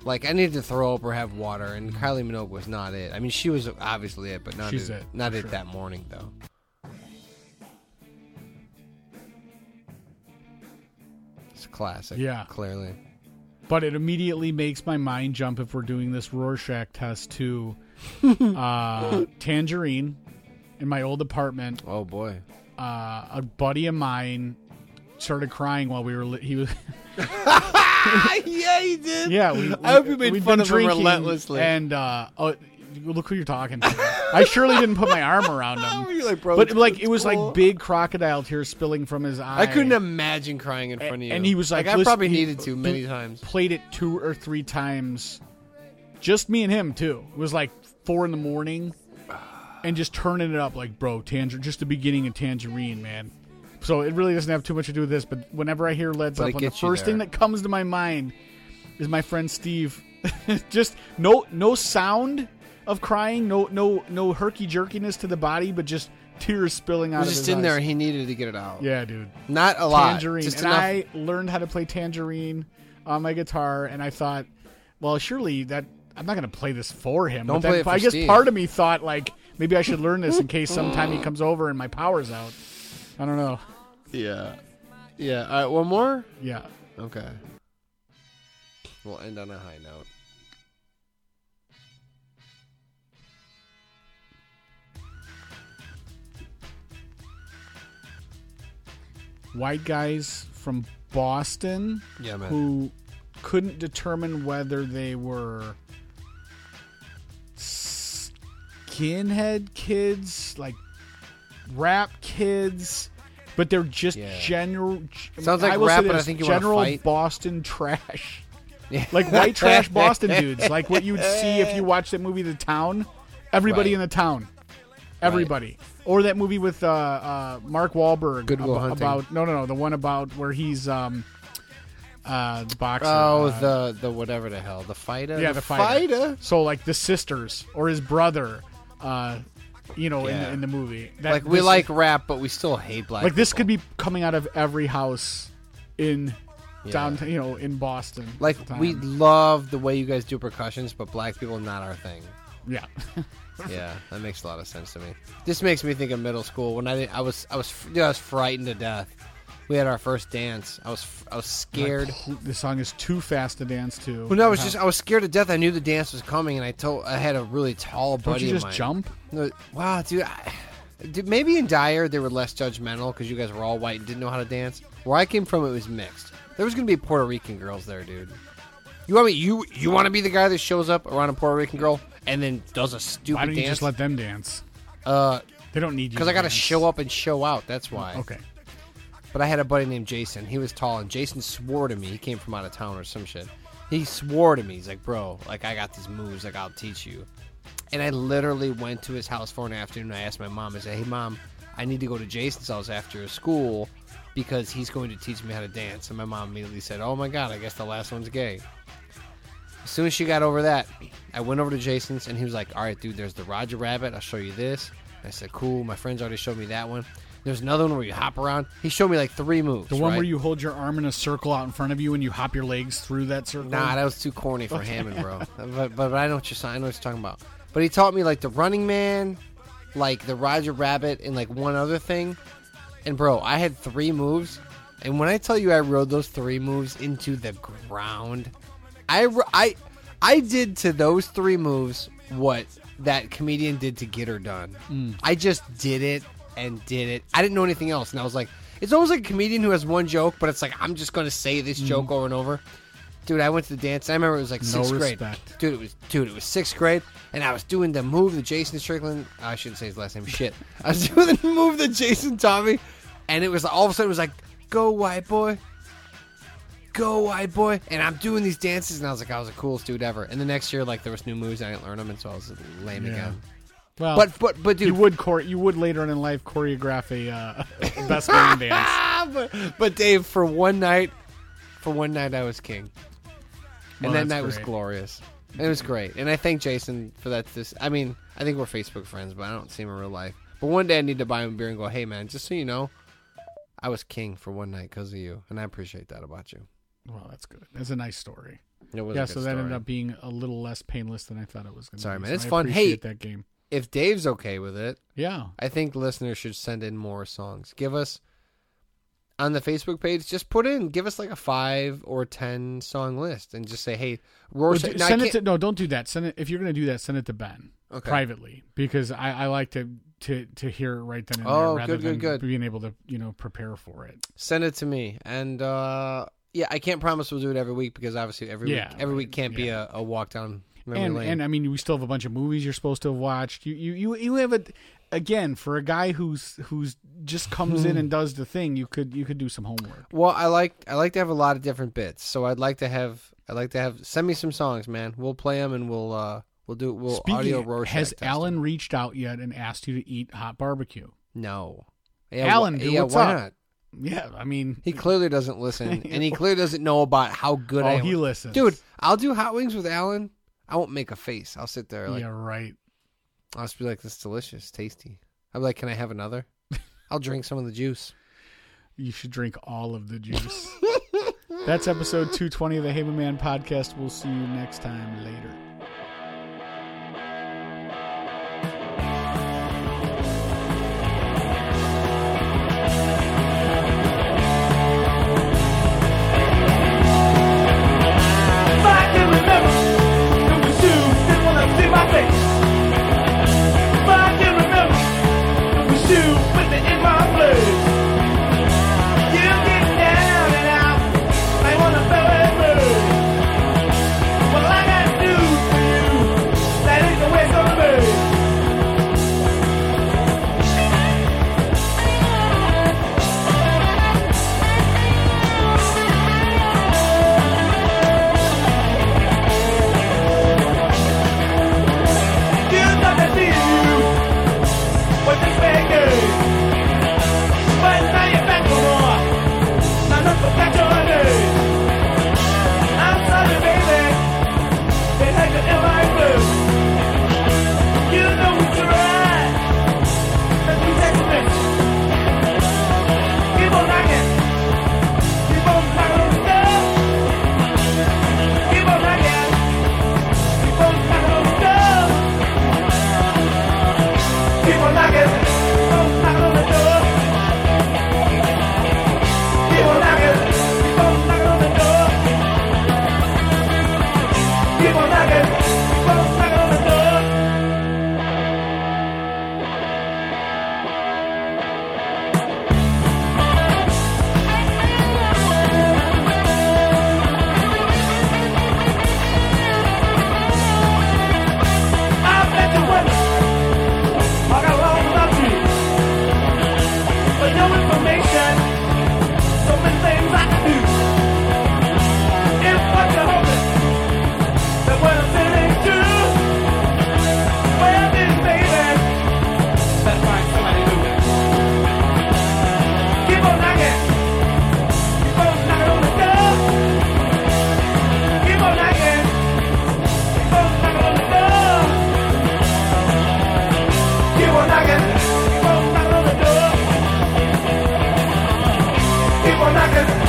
Speaker 3: like I needed to throw up or have water and Kylie Minogue was not it. I mean she was obviously it, but not
Speaker 2: Mm-hmm. She's
Speaker 3: it,
Speaker 2: it, for
Speaker 3: not it
Speaker 2: sure.
Speaker 3: that morning though. It's a classic.
Speaker 2: Yeah.
Speaker 3: Clearly.
Speaker 2: but it immediately makes my mind jump if we're doing this Rorschach test to uh, Tangerine in my old apartment.
Speaker 3: Oh boy.
Speaker 2: Uh, a buddy of mine started crying while we were. Li- he was
Speaker 3: yeah, he did.
Speaker 2: yeah. We,
Speaker 3: I hope you made
Speaker 2: we'd
Speaker 3: fun
Speaker 2: been
Speaker 3: of him
Speaker 2: drinking,
Speaker 3: relentlessly.
Speaker 2: And uh, oh, look who you're talking to. I surely didn't put my arm around him.
Speaker 3: You're like, bro,
Speaker 2: but
Speaker 3: it's-
Speaker 2: like
Speaker 3: it's
Speaker 2: it was
Speaker 3: cool.
Speaker 2: like big crocodile tears spilling from his eye.
Speaker 3: I couldn't imagine crying in front of you.
Speaker 2: and he was like,
Speaker 3: I
Speaker 2: listen-
Speaker 3: probably
Speaker 2: he-
Speaker 3: needed to many
Speaker 2: he
Speaker 3: times.
Speaker 2: Played it two or three times, just me and him too. It was like four in the morning, and just turning it up like, bro, tanger, just the beginning of Tangerine, man. So it really doesn't have too much to do with this. But whenever I hear Led
Speaker 3: But it
Speaker 2: Zeppelin, the
Speaker 3: gets you
Speaker 2: first thing
Speaker 3: there.
Speaker 2: that comes to my mind is my friend Steve. just no no sound of crying, no no no herky jerkiness to the body, but just tears spilling out
Speaker 3: It
Speaker 2: of
Speaker 3: was just
Speaker 2: his
Speaker 3: in
Speaker 2: eyes.
Speaker 3: there. He needed to get it out.
Speaker 2: Yeah, dude.
Speaker 3: Not a lot.
Speaker 2: Tangerine.
Speaker 3: Just
Speaker 2: and
Speaker 3: enough.
Speaker 2: I learned how to play tangerine on my guitar, and I thought, well, surely that I'm not gonna play this for him.
Speaker 3: Don't
Speaker 2: but then
Speaker 3: play it for
Speaker 2: I guess
Speaker 3: Steve.
Speaker 2: part of me thought like maybe I should learn this in case sometime he comes over and my power's out. I don't know.
Speaker 3: Yeah. Yeah. All right. One more.
Speaker 2: Yeah.
Speaker 3: Okay. We'll end on a high note.
Speaker 2: White guys from Boston
Speaker 3: Yeah, man.
Speaker 2: who couldn't determine whether they were skinhead kids, like rap kids, but they're just
Speaker 3: Yeah.
Speaker 2: general.
Speaker 3: Sounds like
Speaker 2: will say
Speaker 3: rap, but I
Speaker 2: this,
Speaker 3: think you wanna
Speaker 2: general
Speaker 3: fight.
Speaker 2: Boston trash, like white trash Boston dudes, like what you'd see if you watched that movie, The Town. Everybody
Speaker 3: Right.
Speaker 2: in the town, everybody. Or that movie with uh, uh, Mark Wahlberg
Speaker 3: Good Will
Speaker 2: abo-
Speaker 3: Hunting.
Speaker 2: about no no no the one about where he's um uh the boxer
Speaker 3: Oh,
Speaker 2: uh,
Speaker 3: the the whatever the hell, the fighter.
Speaker 2: yeah, the fighter. So like the sisters or his brother, uh, you know, in,
Speaker 3: Yeah.
Speaker 2: the, in the movie. That,
Speaker 3: Like we
Speaker 2: this-
Speaker 3: like rap, but we still hate black.
Speaker 2: like this
Speaker 3: people.
Speaker 2: could be coming out of every house in downtown, you know, in Boston. at the
Speaker 3: Like we
Speaker 2: time.
Speaker 3: love the way you guys do percussions, but black people not our thing.
Speaker 2: yeah,
Speaker 3: Yeah, that makes a lot of sense to me. This makes me think of middle school when I I was I was dude, I was frightened to death. We had our first dance. I was I was scared. Uh-huh.
Speaker 2: the song is too fast to dance to.
Speaker 3: Well, no, I was just I was scared to death. I knew the dance was coming, and I told I had a really tall
Speaker 2: Don't
Speaker 3: buddy.
Speaker 2: you
Speaker 3: of
Speaker 2: just
Speaker 3: mine.
Speaker 2: jump?
Speaker 3: No, wow, dude. I, dude, Maybe in Dyer they were less judgmental because you guys were all white and didn't know how to dance. Where I came from, it was mixed. There was gonna be Puerto Rican girls there, dude. You want me? You you want to be the guy that shows up around a Puerto Rican girl and then does a stupid
Speaker 2: Why don't you
Speaker 3: dance?
Speaker 2: just let them dance?
Speaker 3: uh,
Speaker 2: They don't need you.
Speaker 3: because I got to
Speaker 2: dance.
Speaker 3: show up and show out. That's why.
Speaker 2: Okay,
Speaker 3: But I had a buddy named Jason. He was tall, and Jason swore to me. He came from out of town or some shit. He swore to me. He's like, bro, like I got these moves. Like I'll teach you. And I literally went to his house for an afternoon. I asked my mom. I said, hey mom, I need to go to Jason's house after school because he's going to teach me how to dance. And my mom immediately said, oh my god, I guess the last one's gay. As soon as she got over that, I went over to Jason's and he was like, "All right, dude, there's the Roger Rabbit. I'll show you this." And I said, "Cool." My friends already showed me that one. There's another one where you hop around. He showed me like three moves.
Speaker 2: the one
Speaker 3: right?
Speaker 2: where you hold your arm in a circle out in front of you and you hop your legs through that circle.
Speaker 3: Nah, that was too corny for Hammond, bro. But, but but I know what you're I know what you're talking about. But he taught me like the Running Man, like the Roger Rabbit, and like one other thing. And bro, I had three moves, and when I tell you I rode those three moves into the ground, I ro- I I did to those three moves what that comedian did to Get Her Done.
Speaker 2: Mm.
Speaker 3: I just did it and did it. I didn't know anything else, and I was like. It's almost like a comedian who has one joke, but it's like I'm just going to say this joke over and over. Dude, I went to the dance. I remember it was like
Speaker 2: Mm. No
Speaker 3: sixth grade.
Speaker 2: respect.
Speaker 3: Dude, it was dude, it was sixth grade, and I was doing the move that Jason Strickland. I shouldn't say his last name. Shit, I was doing the move that Jason taught me, and it was all of a sudden it was like, "Go white boy, go white boy," and I'm doing these dances, and I was like, I was the coolest dude ever. And the next year, like there was new moves, and I didn't learn them, and so I was lame
Speaker 2: Yeah.
Speaker 3: again.
Speaker 2: well,
Speaker 3: But but but dude,
Speaker 2: you would chore- you would later on in life choreograph a uh, best man dance.
Speaker 3: Ah, but, but Dave, for one night, for one night, I was king,
Speaker 2: Well,
Speaker 3: and that
Speaker 2: that's
Speaker 3: night was
Speaker 2: great.
Speaker 3: glorious. It was great, and I thank Jason for that. This, I mean, I think we're Facebook friends, but I don't see him in real life. But one day I need to buy him a beer and go, "Hey, man, just so you know, I was king for one night because of you, and I appreciate that about you."
Speaker 2: Well, that's good. That's a nice story.
Speaker 3: It was a
Speaker 2: yeah,
Speaker 3: good
Speaker 2: so that ended
Speaker 3: story.
Speaker 2: up being a little less painless than I thought it was going to.
Speaker 3: Sorry,
Speaker 2: be.
Speaker 3: man.
Speaker 2: So
Speaker 3: It's
Speaker 2: I
Speaker 3: fun. Hey-
Speaker 2: appreciate that game.
Speaker 3: If Dave's okay with it,
Speaker 2: Yeah,
Speaker 3: I think listeners should send in more songs. Give us on the Facebook page, just put in, give us like a five or ten song list, and just say, "Hey,
Speaker 2: Well,
Speaker 3: Rorschach."
Speaker 2: d-
Speaker 3: now, I
Speaker 2: send it
Speaker 3: can't-
Speaker 2: to no. Don't do that. Send it if you're going to do that. Send it to Ben
Speaker 3: Okay.
Speaker 2: privately because I, I like to to to hear it right then and
Speaker 3: Oh,
Speaker 2: there rather
Speaker 3: good, good,
Speaker 2: than
Speaker 3: good.
Speaker 2: being able to you know prepare for it.
Speaker 3: send it to me and uh yeah i can't promise we'll do it every week because obviously every
Speaker 2: Yeah,
Speaker 3: week every week can't be
Speaker 2: yeah.
Speaker 3: a, a walk down memory
Speaker 2: and
Speaker 3: lane
Speaker 2: and uh, I mean, we still have a bunch of movies you're supposed to have watched. You you you, you have a again for a guy who's who's just comes in and
Speaker 3: Hmm.
Speaker 2: does the thing. You could you could do some homework.
Speaker 3: well i like i like to have a lot of different bits so i'd like to have i'd like to have send me some songs man we'll play them and we'll uh we'll do we'll audio Rorschach
Speaker 2: has
Speaker 3: test 'em.
Speaker 2: Alan reached out yet and asked you to eat hot barbecue?
Speaker 3: no yeah,
Speaker 2: Alan,
Speaker 3: wh-
Speaker 2: dude,
Speaker 3: yeah,
Speaker 2: what's
Speaker 3: why
Speaker 2: up?
Speaker 3: not
Speaker 2: Yeah, I mean,
Speaker 3: he clearly doesn't listen and he clearly doesn't know about how good
Speaker 2: Oh,
Speaker 3: i
Speaker 2: he
Speaker 3: am
Speaker 2: listens.
Speaker 3: dude i'll do hot wings with alan i won't make a face i'll sit there like
Speaker 2: yeah, right.
Speaker 3: I'll just be like, this is delicious, tasty. I'll be like, can I have another? I'll drink some of the juice.
Speaker 2: You should drink all of the juice. That's episode 220 of the Haberman podcast. We'll see you next time later.
Speaker 5: knockers.